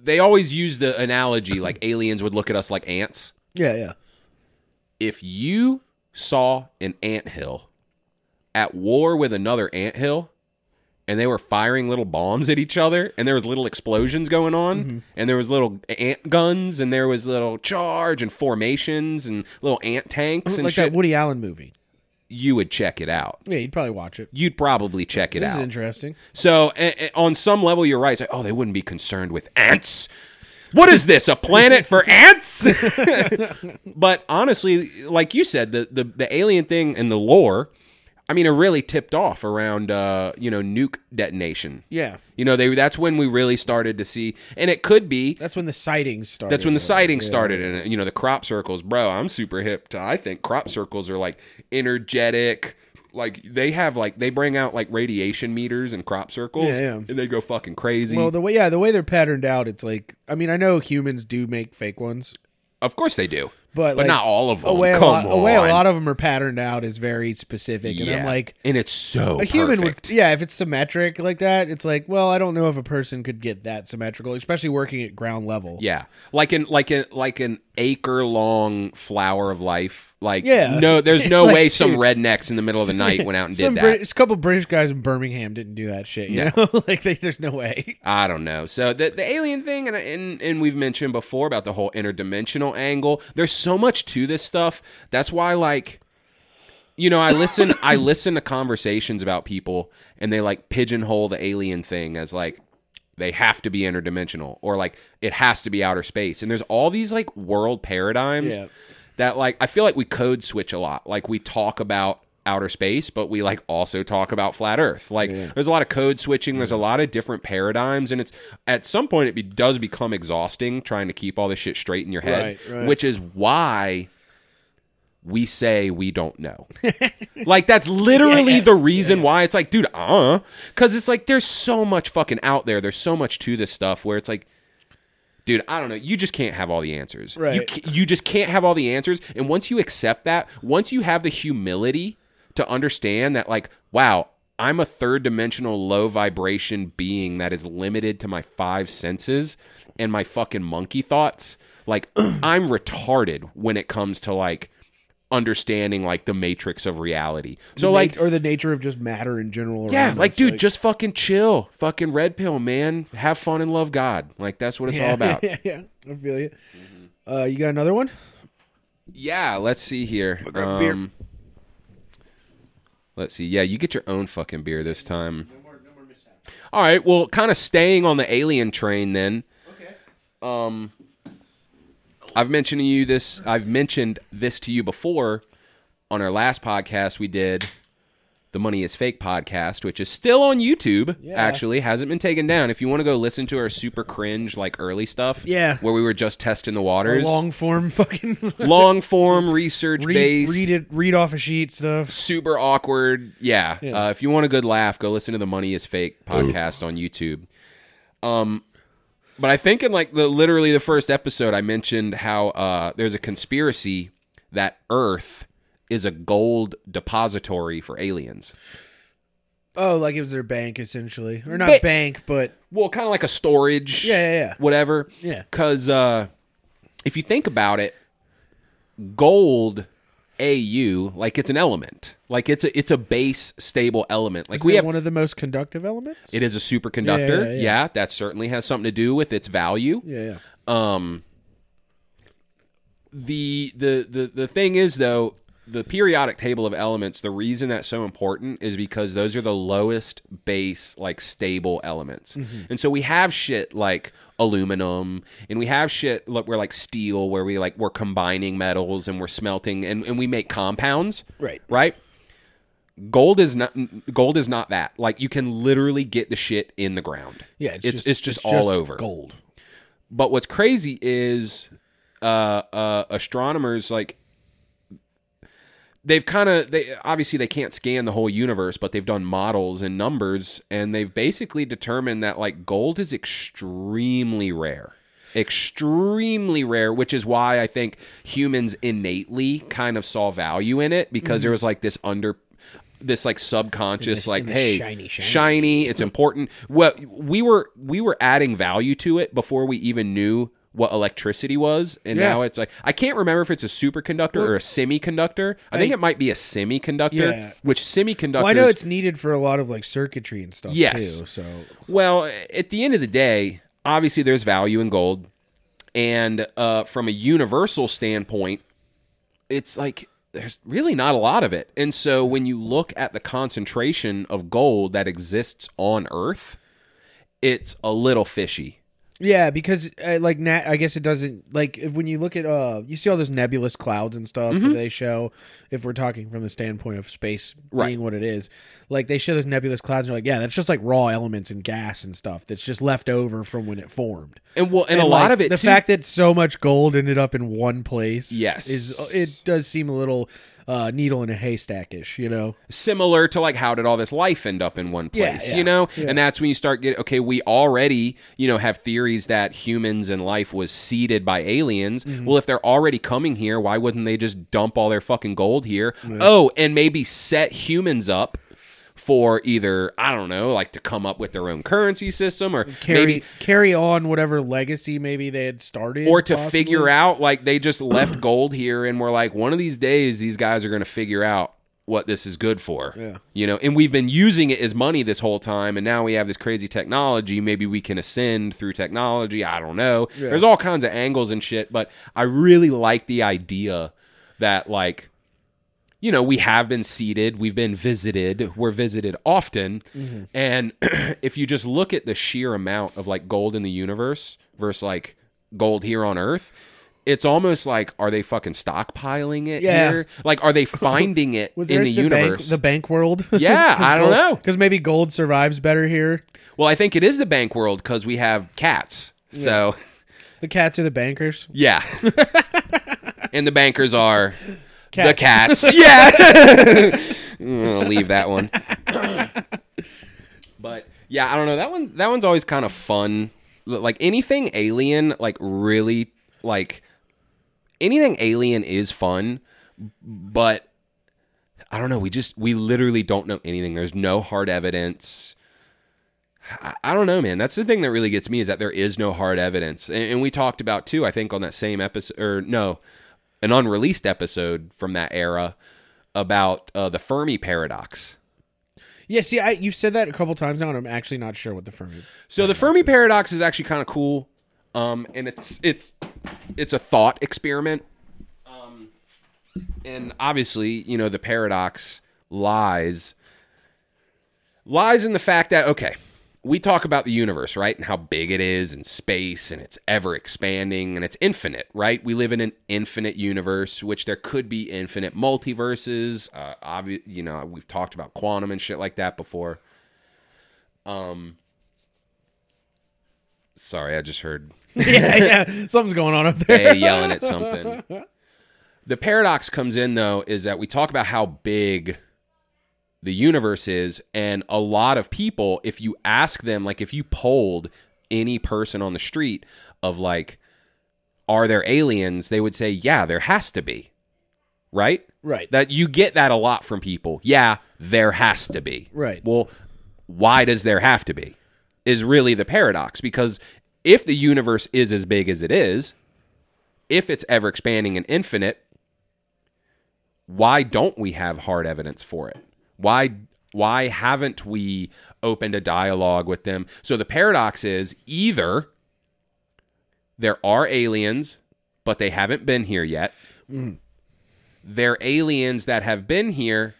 They always use the analogy like aliens would look at us like ants. Yeah, yeah. if you saw an anthill at war with another anthill and they were firing little bombs at each other and there was little explosions going on Mm-hmm. and there was little ant guns and there was little charge and formations and little ant tanks and Mm-hmm. Like shit that Woody Allen movie. you would check it out Yeah, you'd probably watch it. you'd probably check it This is out interesting. so a- a- on some level you're right It's like, oh they wouldn't be concerned with ants what is this a planet for ants [laughs] but honestly, like you said, the, the the alien thing and the lore, I mean, are really tipped off around uh, you know nuke detonation. Yeah. you know they that's when we really started to see, and it could be That's when the sightings started. that's when the sighting started, and you know the crop circles, bro. I'm super hip to. I think crop circles are like energetic. Like they have like they bring out like radiation meters and crop circles, Yeah, yeah. and they go fucking crazy. Well, the way yeah, the way they're patterned out, it's like I mean, I know humans do make fake ones, of course they do, but like, not all of them. A way, Come a lot, a way a on. lot of them are patterned out is very specific, and yeah. I'm like. and it's so A human perfect. would, yeah. If it's symmetric like that, it's like, well, I don't know if a person could get that symmetrical, especially working at ground level. Yeah, like an like an like an acre long flower of life. Like Yeah. no, there's [laughs] It's no like, way some dude, rednecks in the middle of the night went out [laughs] and did Some that. British, a couple British guys in Birmingham didn't do that shit. You No. know, [laughs] like they, there's no way. I don't know. So the the alien thing, and, and and we've mentioned before about the whole interdimensional angle. There's so much to this stuff. That's why, like, you know, I listen I listen to conversations about people, and they like pigeonhole the alien thing as like they have to be interdimensional or like it has to be outer space. And there's all these like world paradigms Yeah. that like I feel like we code switch a lot. Like we talk about outer space, but we like also talk about flat Earth. Like there's a lot of code switching. There's a lot of different paradigms, and it's at some point it be, does become exhausting trying to keep all this shit straight in your head, Right, right. which is why we say we don't know. like that's literally the reason why it's like, dude, uh, because it's like there's so much fucking out there. There's so much to this stuff where it's like. Dude, I don't know. You just can't have all the answers. You, Right. ca- you just can't have all the answers. And once you accept that, once you have the humility to understand that, like, wow, I'm a third dimensional low vibration being that is limited to my five senses and my fucking monkey thoughts. Like, [clears throat] I'm retarded when it comes to like understanding like the matrix of reality. So, like, or the nature of just matter in general. yeah, around like, us, dude, just fucking chill. Fucking red pill, man. Have fun and love God. Like, that's what it's all about. [laughs] yeah, yeah. I feel you. Uh, you got another one? Yeah, let's see here. Um, let's see. Yeah, you get your own fucking beer this time. All right. Well, kind of staying on the alien train then. Okay. Um, I've mentioned to you this. I've mentioned this to you before on our last podcast we did. The Money is Fake podcast, which is still on YouTube, actually, hasn't been taken down. If you want to go listen to our super cringe, like early stuff, Yeah. where we were just testing the waters, Long form [laughs] fucking long form research read, based read it, read off a sheet stuff. super awkward yeah, Uh, if you want a good laugh go listen to the money is fake podcast on youtube um but i think in like the literally the first episode i mentioned how uh there's a conspiracy that earth is a gold depository for aliens Oh, like it was their bank essentially, or not Ba- bank, but well kind of like a storage Yeah, yeah, yeah. whatever Yeah. because uh if you think about it gold au like it's an element like it's a it's a base stable element like Isn't we it have one of the most conductive elements. it is a superconductor Yeah, yeah, yeah, yeah. that certainly has something to do with its value yeah, yeah. um the the the the thing is though the periodic table of elements the reason that's so important is because those are the lowest base like stable elements and so we have shit like aluminum and we have shit like we're like steel where we like we're combining metals and we're smelting and, and we make compounds Right. right gold is not gold is not that like you can literally get the shit in the ground Yeah, it's just, it's just all over gold. but what's crazy is uh, uh, astronomers like they've kind of they obviously they can't scan the whole universe but they've done models and numbers and they've basically determined that like gold is extremely rare extremely rare, which is why I think humans innately kind of saw value in it because there was like this under this like subconscious like the hey shiny, shiny. shiny, it's important well we were we were adding value to it before we even knew what electricity was and Yeah. now it's like i can't remember if it's a superconductor or a semiconductor i think I- it might be a semiconductor Yeah. which semiconductors Well, I know it's needed for a lot of like circuitry and stuff Yes. too. So well, at the end of the day, obviously there's value in gold, and uh, from a universal standpoint, it's like there's really not a lot of it. And so when you look at the concentration of gold that exists on Earth, it's a little fishy. yeah, because uh, like na I guess it doesn't like if, when you look at uh, you see all those nebulous clouds and stuff Mm-hmm. that they show. If we're talking from the standpoint of space Right. being what it is, like they show those nebulous clouds and you're like, yeah, that's just like raw elements and gas and stuff that's just left over from when it formed. And well, and, a lot like, of it the too- fact that so much gold ended up in one place, Yes. is it does seem a little uh, needle in a haystack ish, you know? similar to like how did all this life end up in one Yeah, place yeah, you know and that's when you start getting okay we already you know have theories that humans and life was seeded by aliens Mm-hmm. well if they're already coming here why wouldn't they just dump all their fucking gold here oh and maybe set humans up for either I don't know, like to come up with their own currency system, or Carry maybe carry on whatever legacy maybe they had started, or to possibly. figure out like they just left [clears throat] gold here and we're like one of these days these guys are going to figure out what this is good for yeah you know and we've been using it as money this whole time and now we have this crazy technology maybe we can ascend through technology i don't know there's all kinds of angles and shit but i really like the idea that like you know, we have been seated, we've been visited, we're visited often. Mm-hmm. And [clears throat] if you just look at the sheer amount of like gold in the universe versus like gold here on Earth, it's almost like are they fucking stockpiling it Yeah. here? Like [laughs] are they finding it Was in there the, the universe? bank, the bank world? [laughs] Yeah, I don't know. because maybe gold survives better here. well, I think it is the bank world because we have cats. So The cats are the bankers. [laughs] yeah. and the bankers are the Cats. cats. yeah. [laughs] I'm gonna leave that one. but yeah, I don't know. That one that one's always kind of fun. L- Like anything alien, like really like anything alien is fun, but I don't know, we just we literally don't know anything. There's no hard evidence. I, I don't know, man. That's the thing that really gets me is that there is no hard evidence. And, and we talked about too, I think on that same episode or no, an unreleased episode from that era about uh, the Fermi paradox. Yeah, see, I, you've said that a couple times now, and I'm actually not sure what the [laughs] Fermi. So the Fermi paradox is actually kind of cool, um, and it's it's it's a thought experiment, um, and obviously you know the paradox lies lies in the fact that okay we talk about the universe right and how big it is and space and it's ever expanding and it's infinite right we live in an infinite universe which there could be infinite multiverses uh, obvi- you know we've talked about quantum and shit like that before sorry i just heard [laughs] yeah, yeah, something's going on up there. Bay yelling at something. The paradox comes in though is that we talk about how big the universe is and a lot of people if you ask them like if you polled any person on the street of like are there aliens they would say yeah there has to be. Right? Right. That you get that a lot from people. Yeah, there has to be. Right. Well, why does there have to be? Is really the paradox because if the universe is as big as it is, if it's ever expanding and infinite, why don't we have hard evidence for it? Why why haven't we opened a dialogue with them? So the paradox is either there are aliens, but they haven't been here yet. Mm. They're aliens that have been here,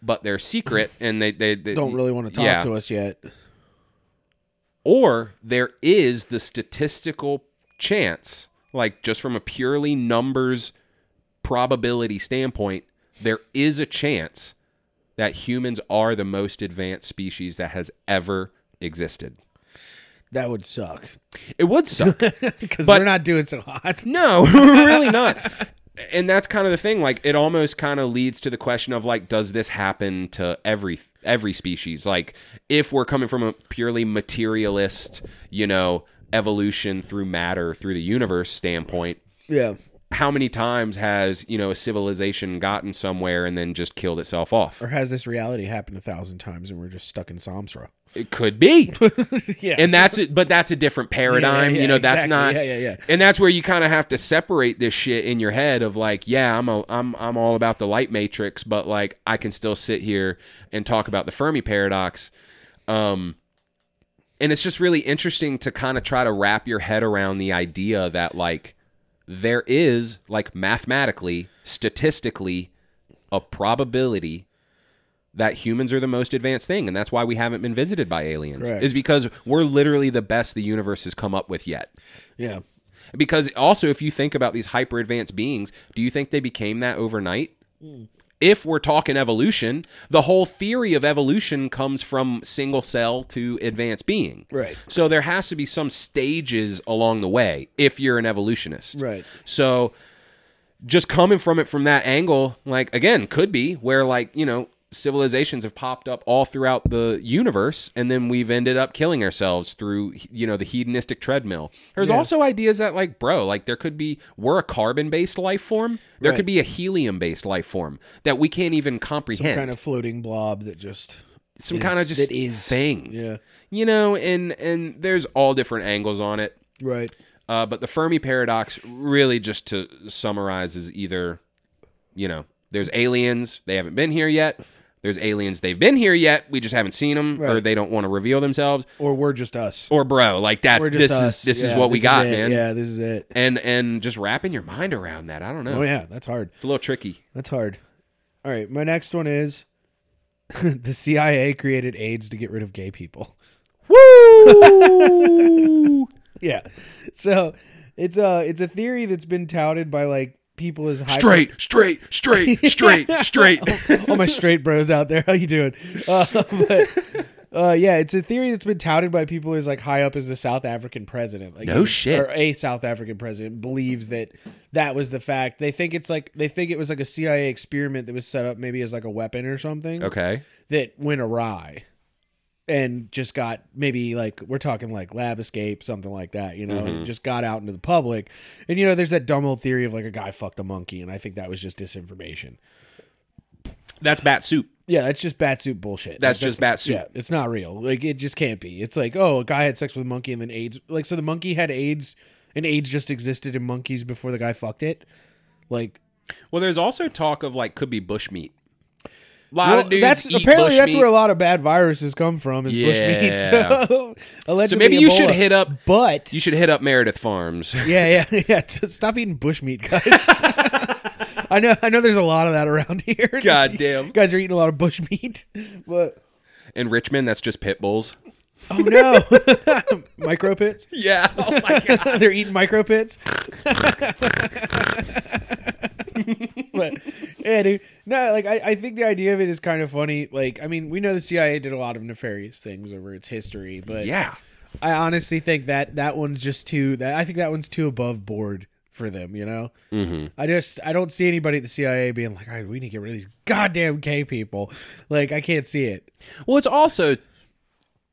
but they're [laughs] secret and they, they, they [laughs] Don't really want to talk Yeah. to us yet. Or there is the statistical chance, like just from a purely numbers probability standpoint, there is a chance that humans are the most advanced species that has ever existed. That would suck [laughs] It would suck. because But- we're not doing [laughs] so hot. No, really not. And that's kind of the thing. Like it almost kind of leads to the question of like, does this happen to every every species? Like if we're coming from a purely materialist, you know, evolution through matter through the universe standpoint Yeah. how many times has you know a civilization gotten somewhere and then just killed itself off Or has this reality happened a thousand times and we're just stuck [laughs] in Samsra? it could be Yeah. and that's it but that's a different paradigm yeah, you know that's exactly. not Yeah, yeah, yeah. and that's where you kind of have to separate this shit in your head of like yeah i'm a, i'm i'm all about the light matrix but like i can still sit here and talk about the fermi paradox um and it's just really interesting to kind of try to wrap your head around the idea that like there is like mathematically statistically a probability that humans are the most advanced thing and that's why we haven't been visited by aliens Correct. is because we're literally the best the universe has come up with yet yeah. because also if you think about these hyper advanced beings do you think they became that overnight Hmm. if we're talking evolution the whole theory of evolution comes from single cell to advanced being Right. so there has to be some stages along the way if you're an evolutionist Right. so just coming from it from that angle, like again, could be where like, you know, civilizations have popped up all throughout the universe and then we've ended up killing ourselves through you know the hedonistic treadmill there's also ideas that like bro like there could be we're a carbon based life form there Right. could be a helium based life form that we can't even Some comprehend kind of floating blob that just some is- kind of just that is. thing Yeah. you know and and there's all different angles on it Right. uh, but the Fermi paradox, really, just to summarize, is either, you know, there's aliens, they haven't been here yet. There's aliens, they've been here yet. We just haven't seen them, or Right. they don't want to reveal themselves. Or we're just us. Or bro, like that's We're just this us. is this is Yeah, what we got, it. man. Yeah, this is it. And and just wrapping your mind around that, I don't know. Oh yeah, that's hard. It's a little tricky. That's hard. All right, my next one is [laughs] the CIA created AIDS to get rid of gay people. [laughs] Woo! [laughs] Yeah. So it's a it's a theory that's been touted by like people as hyper- straight, straight, [laughs] straight, straight, straight. all my straight bros out there, how you doing? [laughs] Uh, but uh, yeah, it's a theory that's been touted by people as like high up as the South African president. Like, No shit. Or a South African president believes that that was the fact. They think it's like they think it was like a CIA experiment that was set up maybe as like a weapon or something. okay. that went awry and just got maybe like we're talking like lab escape something like that you know and Mm-hmm. it just got out into the public and you know there's that dumb old theory of like a guy fucked a monkey and i think that was just disinformation That's bat soup. yeah that's just bat suit bullshit That's Like, just bat suit. yeah it's not real like it just can't be it's like oh a guy had sex with a monkey and then aids like so the monkey had aids and aids just existed in monkeys before the guy fucked it like Well, there's also talk of like could be bushmeat. A lot well, of dudes that's eat apparently that's bushmeat. where a lot of bad viruses come from is Yeah. bushmeat. So, So [laughs] allegedly maybe you should Ebola. hit up. But You should hit up Meredith Farms. yeah, [laughs] yeah, yeah. Just Stop eating bushmeat, guys. [laughs] I know, I know. There's a lot of that around [laughs] here. God damn. You guys are eating a lot of bushmeat. But In Richmond, that's just pit [laughs] bulls. oh no, [laughs] micro pits. Yeah. [laughs] Oh my god. [laughs] They're eating [laughs] micro pits. but yeah, dude. No, like I, I think the idea of it is kind of funny. Like, I mean, we know the CIA did a lot of nefarious things over its history, but yeah. I honestly think that that one's just too that I think that one's too above board for them. You know, mm-hmm. I just I don't see anybody at the CIA being like, "All right, we need to get rid of these goddamn gay people." Like, I can't see it. Well, it's also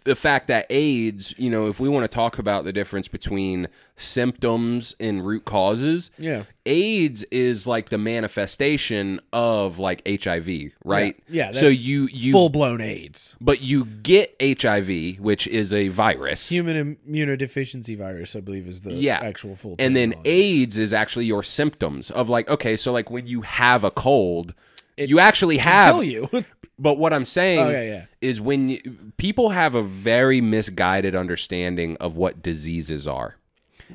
the fact that AIDS. You know, if we want to talk about the difference between symptoms and root causes, Yeah. AIDS is like the manifestation of like HIV, right? Yeah, yeah, so that's you you Full blown AIDS, but you get HIV, which is a virus. human immunodeficiency virus, I believe, is the yeah. actual full. And then term on it. AIDS is actually your symptoms of like, okay, so like when you have a cold, you actually have. kill you. [laughs] But what I'm saying Oh, yeah, yeah. is when you, people have a very misguided understanding of what diseases are.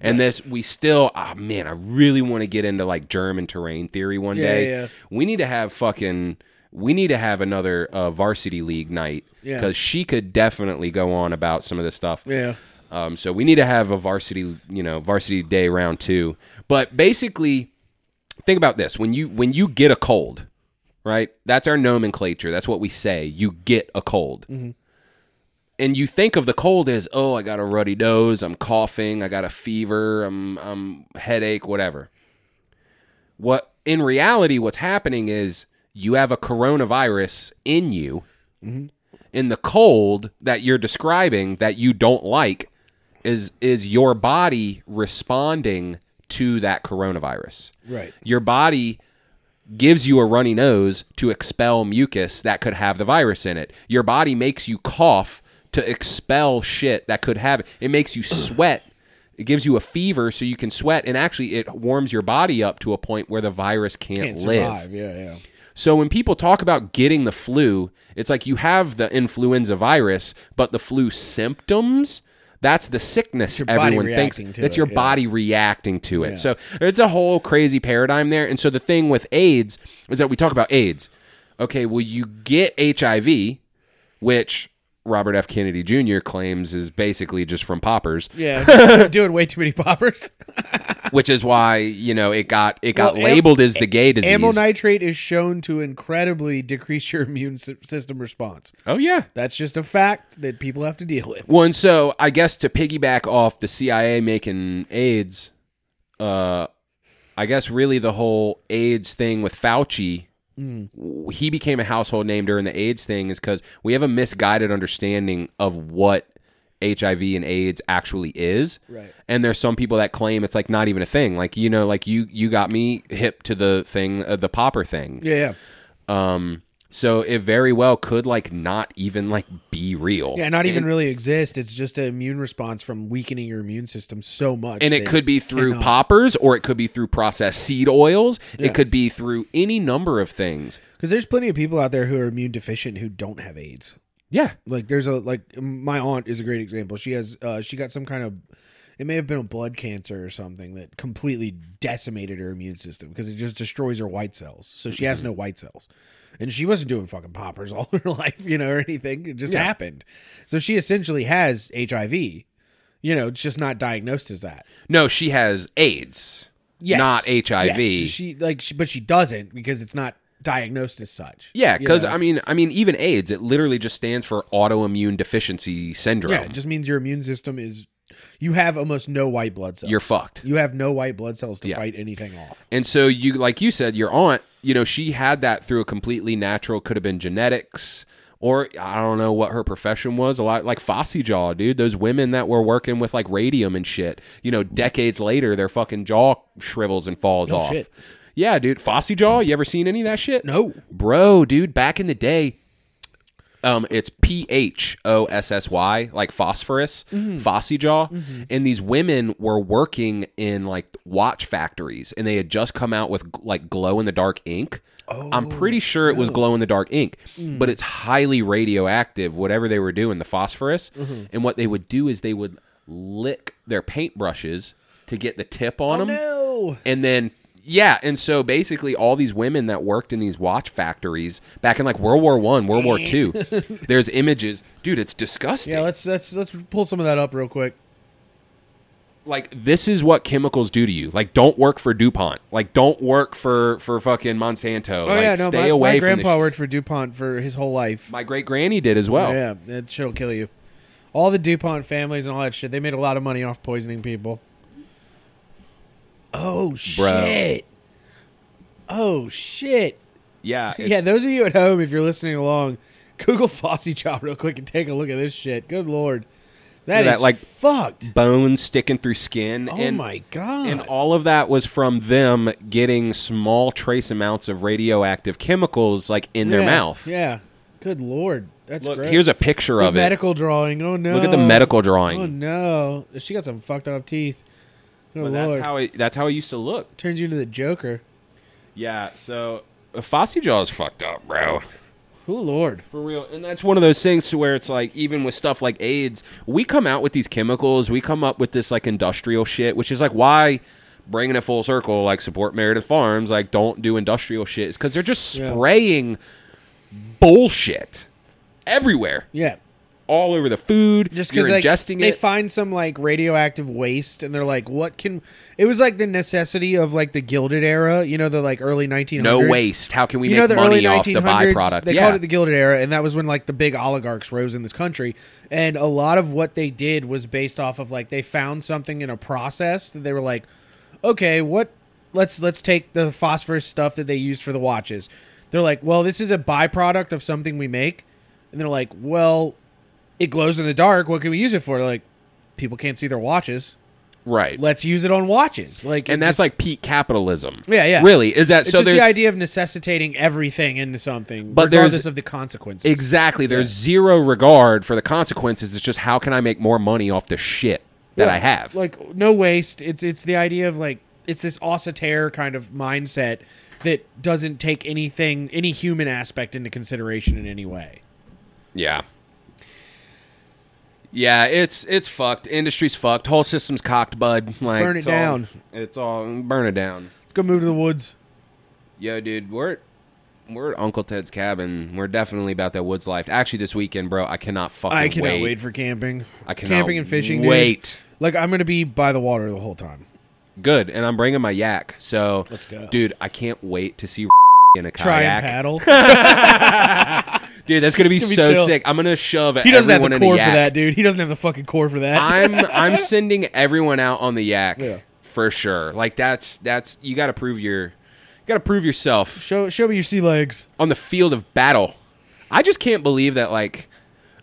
And this, we still, ah, man, I really want to get into like germ and terrain theory one Yeah, day. yeah, yeah. We need to have fucking, we need to have another uh, varsity league night Yeah. because she could definitely go on about some of this stuff. yeah, Um, so we need to have a varsity, you know, varsity day round two. But basically, think about this: when you when you get a cold, right? That's our nomenclature. That's what we say. You get a cold, and you think of the cold as, oh, I got a ruddy nose, I'm coughing, I got a fever, I'm I'm headache, whatever. What in reality, what's happening is you have a coronavirus in you in the cold that you're describing that you don't like is is your body responding to that coronavirus. Right. Your body gives you a runny nose to expel mucus that could have the virus in it. Your body makes you cough to expel shit that could have it. It makes [clears throat] you sweat. It gives you a fever so you can sweat and actually it warms your body up to a point where the virus can't, Can't live. survive. Yeah, yeah. So when people talk about getting the flu, it's like you have the influenza virus, but the flu symptoms. That's the sickness your body everyone thinks. reacting to It's it, your yeah. body reacting to it. So it's a whole crazy paradigm there. And so the thing with AIDS is that we talk about AIDS. Okay, well you get HIV, which Robert F. Kennedy Jr. claims is basically just from poppers, [laughs] Yeah, doing way too many poppers. which is why you know it got it got Well, am- labeled as the gay [laughs] disease. Amyl nitrate is shown to incredibly decrease your immune sy- system response. oh yeah, That's just a fact that people have to deal with. Well, and so I guess to piggyback off the CIA making AIDS, uh, I guess really the whole AIDS thing with Fauci, Mm. w- he became a household name during the AIDS thing is because we have a misguided understanding of what HIV and AIDS actually is. Right. And there's some people that claim it's like not even a thing. Like you know, like you you got me hip to the thing, uh, the popper thing. Yeah, yeah. Um. So it very well could like not even like be real. Yeah, not even And- really exist. It's just an immune response from weakening your immune system so much. and it that could be you through cannot- poppers or it could be through processed seed oils it could be through any number of things Because there's plenty of people out there who are immune deficient who don't have AIDS. yeah Like there's a like my aunt is a great example. She has uh she got some kind of it may have been a blood cancer or something that completely decimated her immune system because it just destroys her white cells. So she has no white cells. And she wasn't doing fucking poppers [laughs] all her life, you know, or anything. It just happened. So she essentially has HIV. You know, it's just not diagnosed as that. no she has aids Yes. not hiv Yes. She like she, but she doesn't because it's not diagnosed as such. yeah you because know? i mean i mean even aids it literally just stands for autoimmune deficiency syndrome Yeah, it just means your immune system is you have almost no white blood cells. you're fucked You have no white blood cells to Yeah. fight anything off. And so you like you said, your aunt, you know, she had that through a completely natural, could have been genetics, or I don't know what her profession was. A lot like Fosse Jaw, dude. Those women that were working with like radium and shit, you know, decades later their fucking jaw shrivels and falls off. shit. Yeah, dude. Fosse Jaw, you ever seen any of that shit? No. Bro, dude, back in the day, um, it's P H O S S Y, like phosphorus, Fossy jaw. And these women were working in like watch factories, and they had just come out with g- like glow in the dark ink. I'm pretty sure it was glow in the dark ink, but it's highly radioactive. Whatever they were doing, the phosphorus, and what they would do is they would lick their paintbrushes to get the tip Oh, on them. No. And then yeah, and so basically all these women that worked in these watch factories back in like World War One, World War Two, [laughs] there's images. Dude, it's disgusting. Yeah, let's let's let's pull some of that up real quick. like this is what chemicals do to you. Like don't work for DuPont. Like don't work for for fucking Monsanto. Oh like yeah, no, stay my, away my from this grandpa sh- worked for DuPont for his whole life. My great granny did as well. yeah, that shit'll kill you. All the DuPont families and all that shit, they made a lot of money off poisoning people. Oh shit. Oh shit. Yeah. [laughs] yeah, it's- those of you at home, if you're listening along, Google Fossey Chow real quick and take a look at this shit. Good lord. That Look at is that, like- fucked. Bones sticking through skin. Oh and, my god. And all of that was from them getting small trace amounts of radioactive chemicals like in their Yeah, mouth. Yeah. Good lord. That's Look, great. here's a picture The of it. medical drawing. Oh no. Look at the medical drawing. Oh no. She got some fucked up teeth. Good But lord. that's how it. That's how it used to look. Turns you into the Joker. Yeah. So Fossey Jaw is fucked up, bro. Oh lord. For real. And that's one of those things to where it's like, even with stuff like AIDS, we come out with these chemicals. We come up with this like industrial shit, which is like why bringing it full circle, like support Meredith Farms, like don't do industrial shit, is because they're just Yeah. spraying bullshit everywhere, Yeah. all over the food. just you're because like, ingesting they it. find some like radioactive waste and they're like what can it was like the necessity of like the gilded era you know the like early 1900s no waste. How can we you make know the early money 1900s off the byproduct? they yeah. called it the gilded era and that was when like the big oligarchs rose in this country and a lot of what they did was based off of like they found something in a process that they were like okay what let's let's take the phosphorus stuff that they used for the watches they're like well this is a byproduct of something we make and they're like well it glows in the dark. What can we use it for? They're like, people can't see their watches. right. Let's use it on watches. Like and it that's just- like peak capitalism. Yeah, yeah. Really, is that it's so? just There's the idea of necessitating everything into something, But there's- regardless of the consequences. exactly there's zero regard for the consequences. It's just how can I make more money off the shit that I have? like no waste. It's it's the idea of like it's this austere kind of mindset that doesn't take anything any human aspect into consideration in any way. Yeah. Yeah, it's it's fucked. Industry's fucked. Whole system's cocked, bud. Like burn it it's all- down. it's all burn it down. Let's go move to the woods. Yo, dude, we're at, we're at Uncle Ted's cabin. We're definitely about that woods life. Actually, this weekend, bro, I cannot fucking I cannot wait. for camping. I cannot camping and fishing. dude. wait. Like I'm gonna be by the water the whole time. Good, and I'm bringing my yak. So Let's go. dude. I can't wait to see [laughs] in a Try kayak. [laughs] and paddle. Dude, that's gonna be, gonna be so chill. sick. I'm gonna shove he doesn't have everyone the in a core for yak. that, dude. He doesn't have the fucking core for that. [laughs] I'm I'm sending everyone out on the yak Yeah. for sure. Like that's that's you got to prove your you got to prove yourself show show me your sea legs. on the field of battle. I just can't believe that like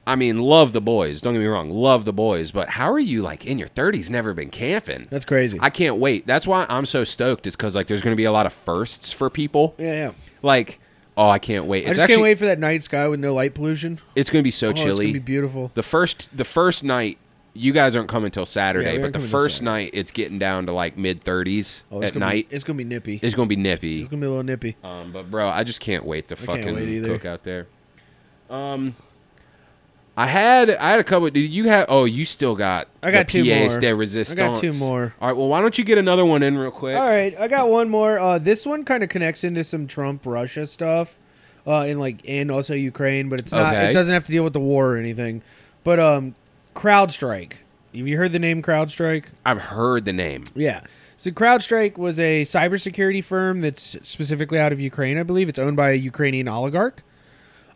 I mean, love the boys. Don't get me wrong, love the boys. But how are you like in your 30s, never been camping? That's crazy. I can't wait. That's why I'm so stoked. Is because like there's going to be a lot of firsts for people. yeah, yeah. Like, oh, I can't wait. It's I just actually can't wait for that night sky with no light pollution. it's going to be so Oh, it's chilly. gonna be beautiful. The first the first night you guys aren't coming till Saturday, Yeah, we but aren't the coming till first Saturday. night it's getting down to like mid 30s Oh, it's at gonna night. Be, it's gonna be nippy. it's going to be nippy. It's gonna be a little nippy. Um, but bro, I just can't wait to can't fucking wait either. cook out there. Um I had I had a couple did you have Oh, you still got I got the two PA more. Stay I got Resistance. two more. All right, well, why don't you get another one in real quick? All right, I got one more. Uh, this one kind of connects into some Trump Russia stuff, uh, and like and also Ukraine, but it's not. Okay. It doesn't have to deal with the war or anything. But um, CrowdStrike. Have you heard the name CrowdStrike? I've heard the name. Yeah. So CrowdStrike was a cybersecurity firm that's specifically out of Ukraine, I believe. It's owned by a Ukrainian oligarch.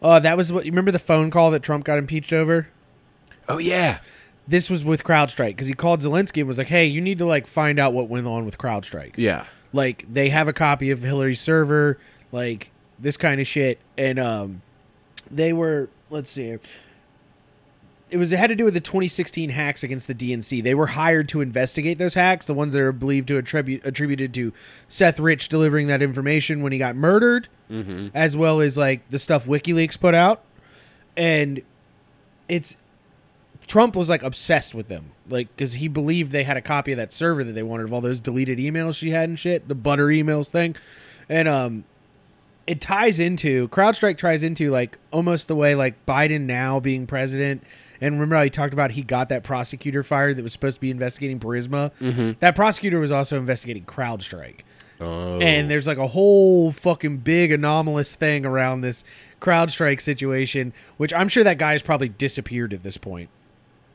Uh, that was what you remember the phone call that Trump got impeached over. Oh yeah. This was with CrowdStrike because he called Zelensky and was like, "Hey, you need to like find out what went on with CrowdStrike." Yeah. like they have a copy of Hillary's server, like this kind of shit. And um, they were let's see, here. it was it had to do with the 2016 hacks against the DNC. They were hired to investigate those hacks, the ones that are believed to attribute attributed to Seth Rich delivering that information when he got murdered, as well as like the stuff WikiLeaks put out, and it's Trump was like obsessed with them, like because he believed they had a copy of that server that they wanted of all those deleted emails she had and shit, the butter emails thing, and um, it ties into CrowdStrike ties into like almost the way like Biden now being president, and remember how he talked about he got that prosecutor fired that was supposed to be investigating Burisma. That prosecutor was also investigating CrowdStrike. And there's like a whole fucking big anomalous thing around this CrowdStrike situation, which I'm sure that guy's probably disappeared at this point.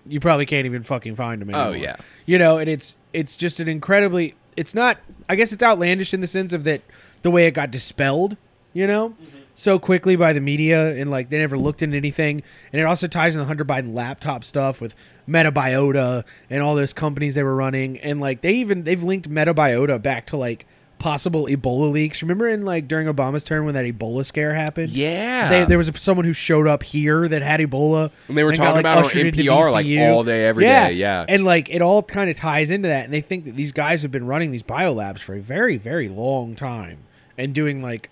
You probably can't even fucking find him anymore. yeah. You know, and it's it's just an incredibly it's not I guess it's outlandish in the sense of that the way it got dispelled, you know? So quickly by the media and like they never looked into anything. And it also ties in the Hunter Biden laptop stuff with Metabiota and all those companies they were running. And like they even they've linked Metabiota back to like possible Ebola leaks. Remember in like during Obama's term when that Ebola scare happened? Yeah. They, there was someone who showed up here that had Ebola. And they were got, talking about it on ushered into NPR, like, VCU. all day, every yeah. day, yeah. And like it all kind of ties into that. And they think that these guys have been running these biolabs for a very, very long time and doing like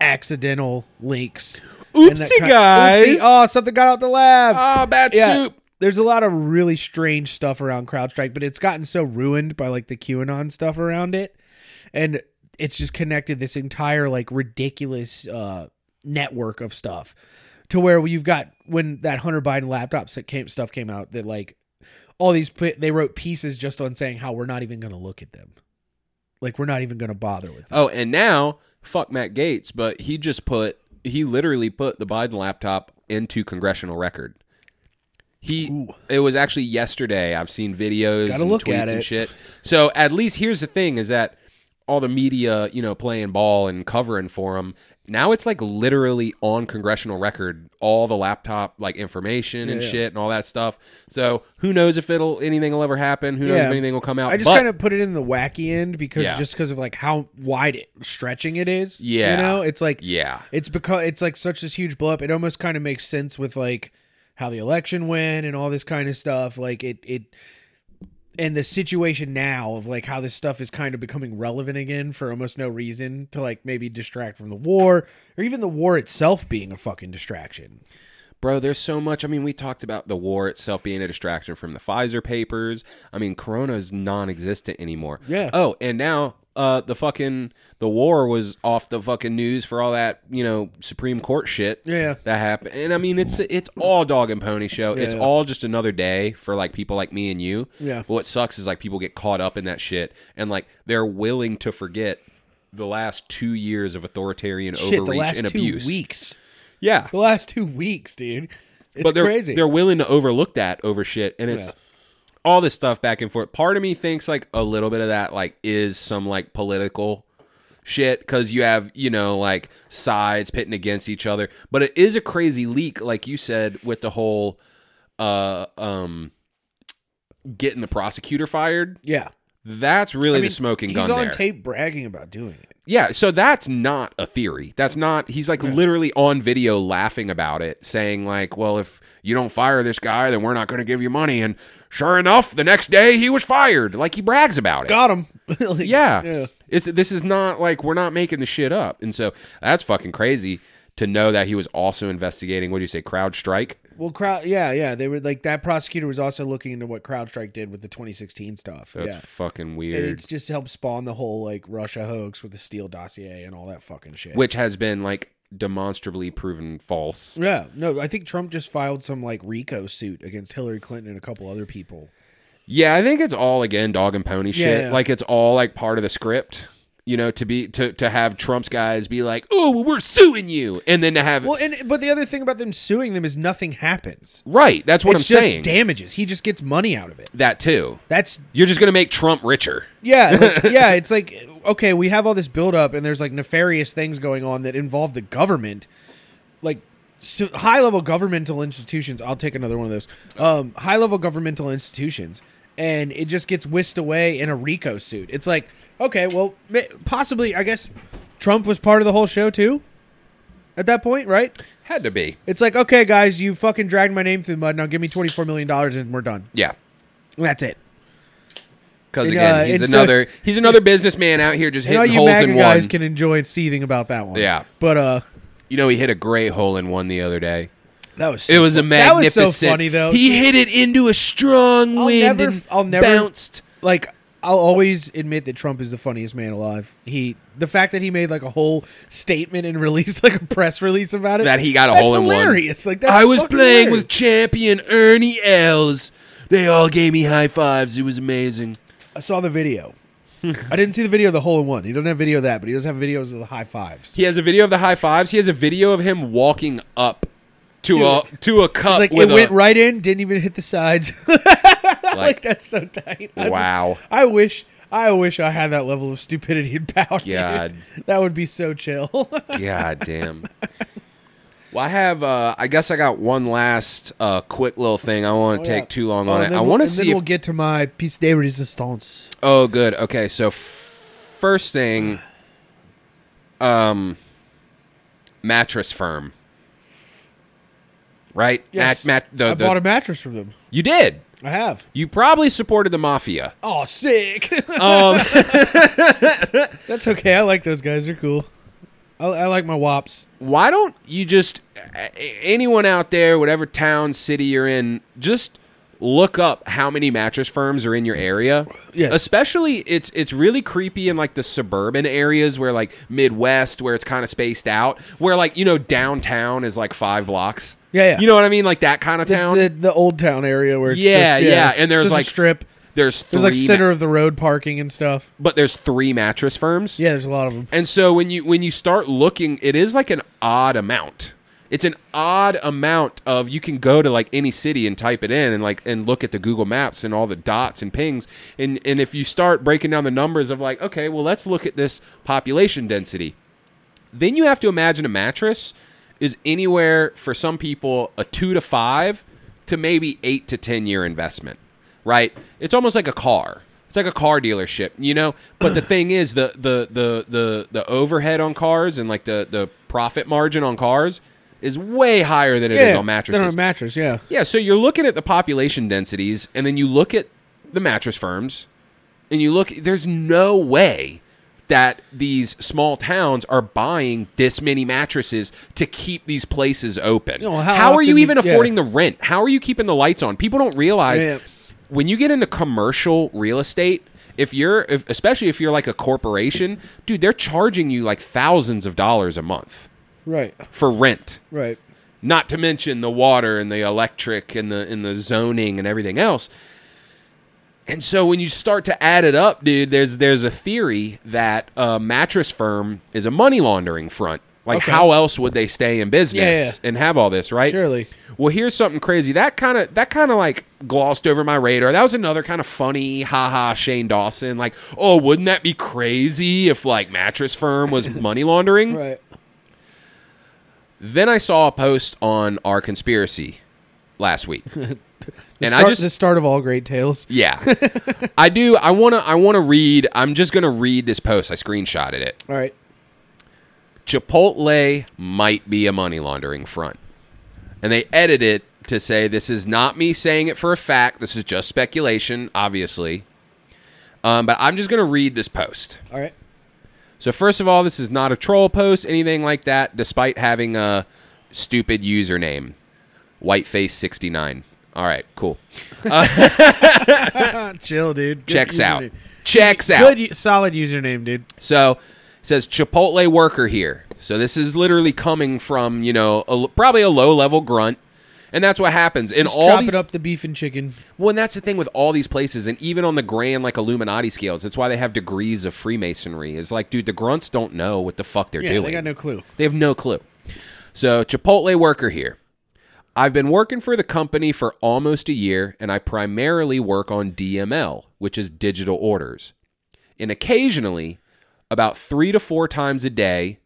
accidental leaks. and that Oopsie, kind- guys. Oopsie. Oh, something got out the lab. Ah, bad soup. There's a lot of really strange stuff around CrowdStrike, but it's gotten so ruined by like the QAnon stuff around it. And it's just connected this entire like ridiculous uh network of stuff to where you've got when that Hunter Biden laptop s- came, stuff came out that like all these pi- they wrote pieces just on saying how we're not even going to look at them. Like we're not even going to bother with them. Oh, and now fuck Matt Gates, but he just put he literally put the Biden laptop into congressional record. He it was actually yesterday. I've seen videos Gotta and look tweets at and it. shit. So at least here's the thing is that all the media, you know, playing ball and covering for him. Now it's like literally on congressional record, all the laptop like information and shit and all that stuff. So who knows if it'll anything will ever happen? Who knows if anything will come out? I just But- kind of put it in the wacky end because Yeah. just because of like how wide it, stretching it is. Yeah. you know, it's like yeah. it's because it's like such this huge blow up. It almost kind of makes sense with like how the election went and all this kind of stuff. Like it it and the situation now of like how this stuff is kind of becoming relevant again for almost no reason to like maybe distract from the war or even the war itself being a fucking distraction. Bro, there's so much. I mean, we talked about the war itself being a distraction from the Pfizer papers. I mean, Corona is non-existent anymore. Yeah. Oh, and now uh, the fucking the war was off the fucking news for all that you know Supreme Court shit. Yeah. That happened, and I mean, it's it's all dog and pony show. It's Yeah. all just another day for like people like me and you. Yeah. But what sucks is like people get caught up in that shit, and like they're willing to forget the last two years of authoritarian Shit, the overreach last and two abuse. weeks. Yeah The last two weeks, dude. It's but they're crazy. they're willing to overlook that over shit, and it's Yeah. all this stuff back and forth. Part of me thinks like a little bit of that like is some like political shit because you have you know like sides pitting against each other, but it is a crazy leak, like you said, with the whole uh um getting the prosecutor fired. yeah. That's really I mean, the smoking gun He's on there. tape bragging about doing it. Yeah, so that's not a theory. That's not he's like literally on video laughing about it, saying like, "Well, if you don't fire this guy, then we're not going to give you money." And sure enough, the next day he was fired. Like he brags about it. Got him. [laughs] Like, Yeah. yeah. It's, this is not like we're not making the shit up. And so that's fucking crazy to know that he was also investigating what do you say, crowd strike? Well, crowd. Yeah, yeah. They were like that. Prosecutor was also looking into what CrowdStrike did with the 2016 stuff. That's yeah. fucking And weird. it's just helped spawn the whole like Russia hoax with the Steele dossier and all that fucking shit. Which has been like demonstrably proven false. yeah, no, I think Trump just filed some like RICO suit against Hillary Clinton and a couple other people. Yeah, I think it's all again dog and pony shit. yeah. Like it's all like part of the script. You know, to be to to have Trump's guys be like, "Oh, well, we're suing you," and then to have Well, and but the other thing about them suing them is nothing happens. right. That's what it's I'm just saying. damages. He just gets money out of it. that too. That's You're just gonna make Trump richer. Yeah, like, yeah, it's like okay, we have all this buildup, and there's like nefarious things going on that involve the government, like so high level governmental institutions. I'll take another one of those. Um, high level governmental institutions, and it just gets whisked away in a RICO suit. It's like okay, well, ma- possibly, I guess Trump was part of the whole show too. At that point, right? Had to be. It's like, okay, guys, you fucking dragged my name through the mud. Now give me twenty four million dollars, and we're done. Yeah. That's it. Because And, again, uh, he's and so- another he's another businessman out here just And all hitting you holes in MAGA one. guys can enjoy seething about that one. Yeah. but uh, you know, he hit a great hole in one the other day. That was so It was a fu- magnificent. That was so funny though. He hit it into a strong I'll wind never- and I'll never- bounced. like I'll always admit that Trump is the funniest man alive. He the fact that he made like a whole statement and [laughs] released like a press release about it that he got a that's hole in one. hilarious. Like that's I was fucking playing hilarious. with champion Ernie Els. They all gave me high fives. It was amazing. I saw the video. I didn't see the video of the hole in one. He doesn't have video of that, but he does have videos of the high fives. He has a video of the high fives. He has a video of him walking up to a to a cup It's like with it went a right in, didn't even hit the sides. [laughs] like like, that's so tight. I just- [laughs] wow. I wish I wish I had that level of stupidity and power. dude. God. That would be so chill. God damn. Well, I have. Uh, I guess I got one last uh, quick little thing. I won't [laughs] yeah. take too long Oh, on and it. then I we'll- want to and see Then if we'll get to my piece de resistance. Oh, good. Okay, so f- first thing, um, mattress firm, right? Yes. Mat- mat- the- I Oh, the- bought a mattress from them. you did. I have. You probably supported the mafia. Oh, sick. [laughs] Um, That's okay. I like those guys. They're cool. I, I like my wops. Why don't you just a- a- anyone out there, whatever town, city you're in, just look up how many mattress firms are in your area. Yes. Especially it's it's really creepy in like the suburban areas where like Midwest where it's kind of spaced out, where like you know downtown is like 5 blocks. Yeah, yeah. You know what I mean? Like that kind of The, town. the, the old town area where it's Yeah, just, yeah, and it's there's just a like strip. there's three There's like ma- center of the road parking and stuff. but there's three mattress firms. Yeah, there's a lot of them. And so when you when you start looking, it is like an odd amount. It's an odd amount of you can go to like any city and type it in and like and look at the Google Maps and all the dots and pings and and if you start breaking down the numbers of like okay, well let's look at this population density. Then you have to imagine a mattress is anywhere for some people a 2 to 5 to maybe 8 to 10 year investment right? It's almost like a car. It's like a car dealership, you know. But the thing is, the the the the the overhead on cars and like the the profit margin on cars is way higher than it is yeah, on mattresses. they're on mattress, yeah. Yeah, so you're looking at the population densities, and then you look at the mattress firms, and you look. There's no way that these small towns are buying this many mattresses to keep these places open. No, how are you often you- even yeah. affording the rent? How are you keeping the lights on? People don't realize Yeah. when you get into commercial real estate. If you're, if, especially if you're like a corporation, dude, they're charging you like thousands of dollars a month Right, for rent right. not to mention the water and the electric and the and the zoning and everything else. And so when you start to add it up, dude, there's there's a theory that a mattress firm is a money laundering front. Like Okay. how else would they stay in business and have all this, right? Surely. Well, here's something crazy. That kind of that kind of like glossed over my radar. That was another kind of funny, haha, Shane Dawson. Like, oh, wouldn't that be crazy if like mattress firm was money laundering? [laughs] Right. Then I saw a post on our conspiracy last week. and and I just the start of all great tales. [laughs] yeah. I do I want to I want to read I'm just going to read this post. I screenshotted it. All right. Chipotle might be a money laundering front. And they edit it to say this is not me saying it for a fact. This is just speculation, obviously. Um, but I'm just going to read this post. All right. So first of all, this is not a troll post, anything like that, despite having a stupid username, whiteface69. All right, cool. Ah, chill, dude. Good Checks out. username. Checks out. Good, u- solid username, dude. So it says Chipotle worker here. So this is literally coming from you know a, l- probably a low level grunt, and that's what happens in all Chop these. it up the beef and chicken. Well, and that's the thing with all these places, and even on the grand like Illuminati scales, that's why they have degrees of Freemasonry. Is like, dude, the grunts don't know what the fuck they're Yeah, doing. I got no clue. They have no clue. So, Chipotle worker here. I've been working for the company for almost a year, and I primarily work on DML, which is digital orders. And occasionally, about three to four times a day,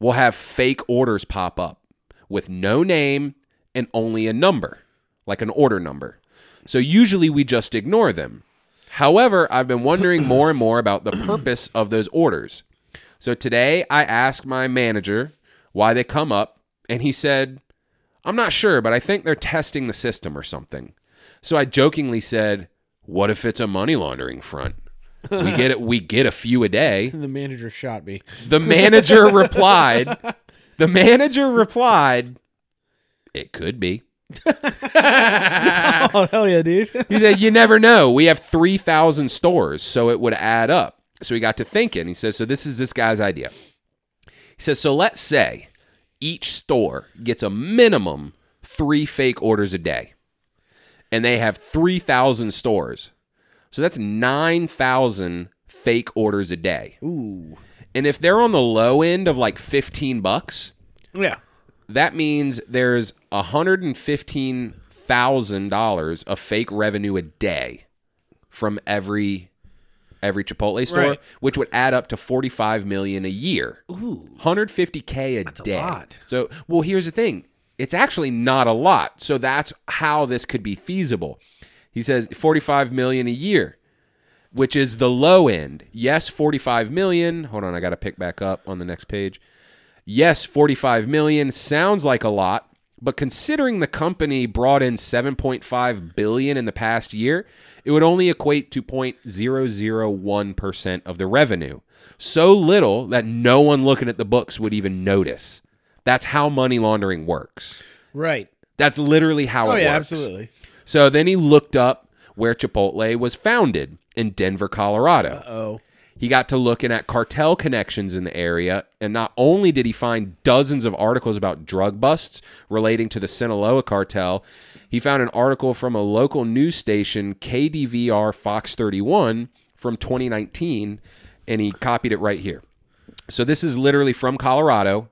we'll have fake orders pop up with no name and only a number, like an order number. So, usually we just ignore them. However, I've been wondering more and more about the purpose of those orders. So today I asked my manager why they come up, and he said, I'm not sure, but I think they're testing the system or something. So I jokingly said, What if it's a money laundering front? We get it, we get a few a day. The manager shot me. The manager replied, The manager replied, It could be. [laughs] Oh hell yeah, dude! [laughs] [laughs] He said, You never know. We have 3,000 stores, so it would add up. So he got to thinking. He says, So this is this guy's idea. He says, So let's say each store gets a minimum three fake orders a day, and they have 3,000 stores. So that's 9,000 fake orders a day. Ooh. And if they're on the low end of like 15 bucks, yeah, that means there's $115,000 of fake revenue a day from every every Chipotle store, Right. which would add up to 45 million a year. Ooh. 150k a day. lot. So, well, here's the thing. It's actually not a lot. So that's how this could be feasible. He says 45 million a year, which is the low end. Yes, 45 million. Hold on, I got to pick back up on the next page. Yes, 45 million sounds like a lot, but considering the company brought in 7.5 billion in the past year, it would only equate to 0.001% of the revenue. So little that no one looking at the books would even notice. That's how money laundering works. right. That's literally how Oh it yeah, works. absolutely. So then he looked up where Chipotle was founded in Denver, Colorado. Oh, He got to looking at cartel connections in the area, and not only did he find dozens of articles about drug busts relating to the Sinaloa cartel, he found an article from a local news station, KDVR Fox 31, from 2019, and he copied it right here. So this is literally from Colorado,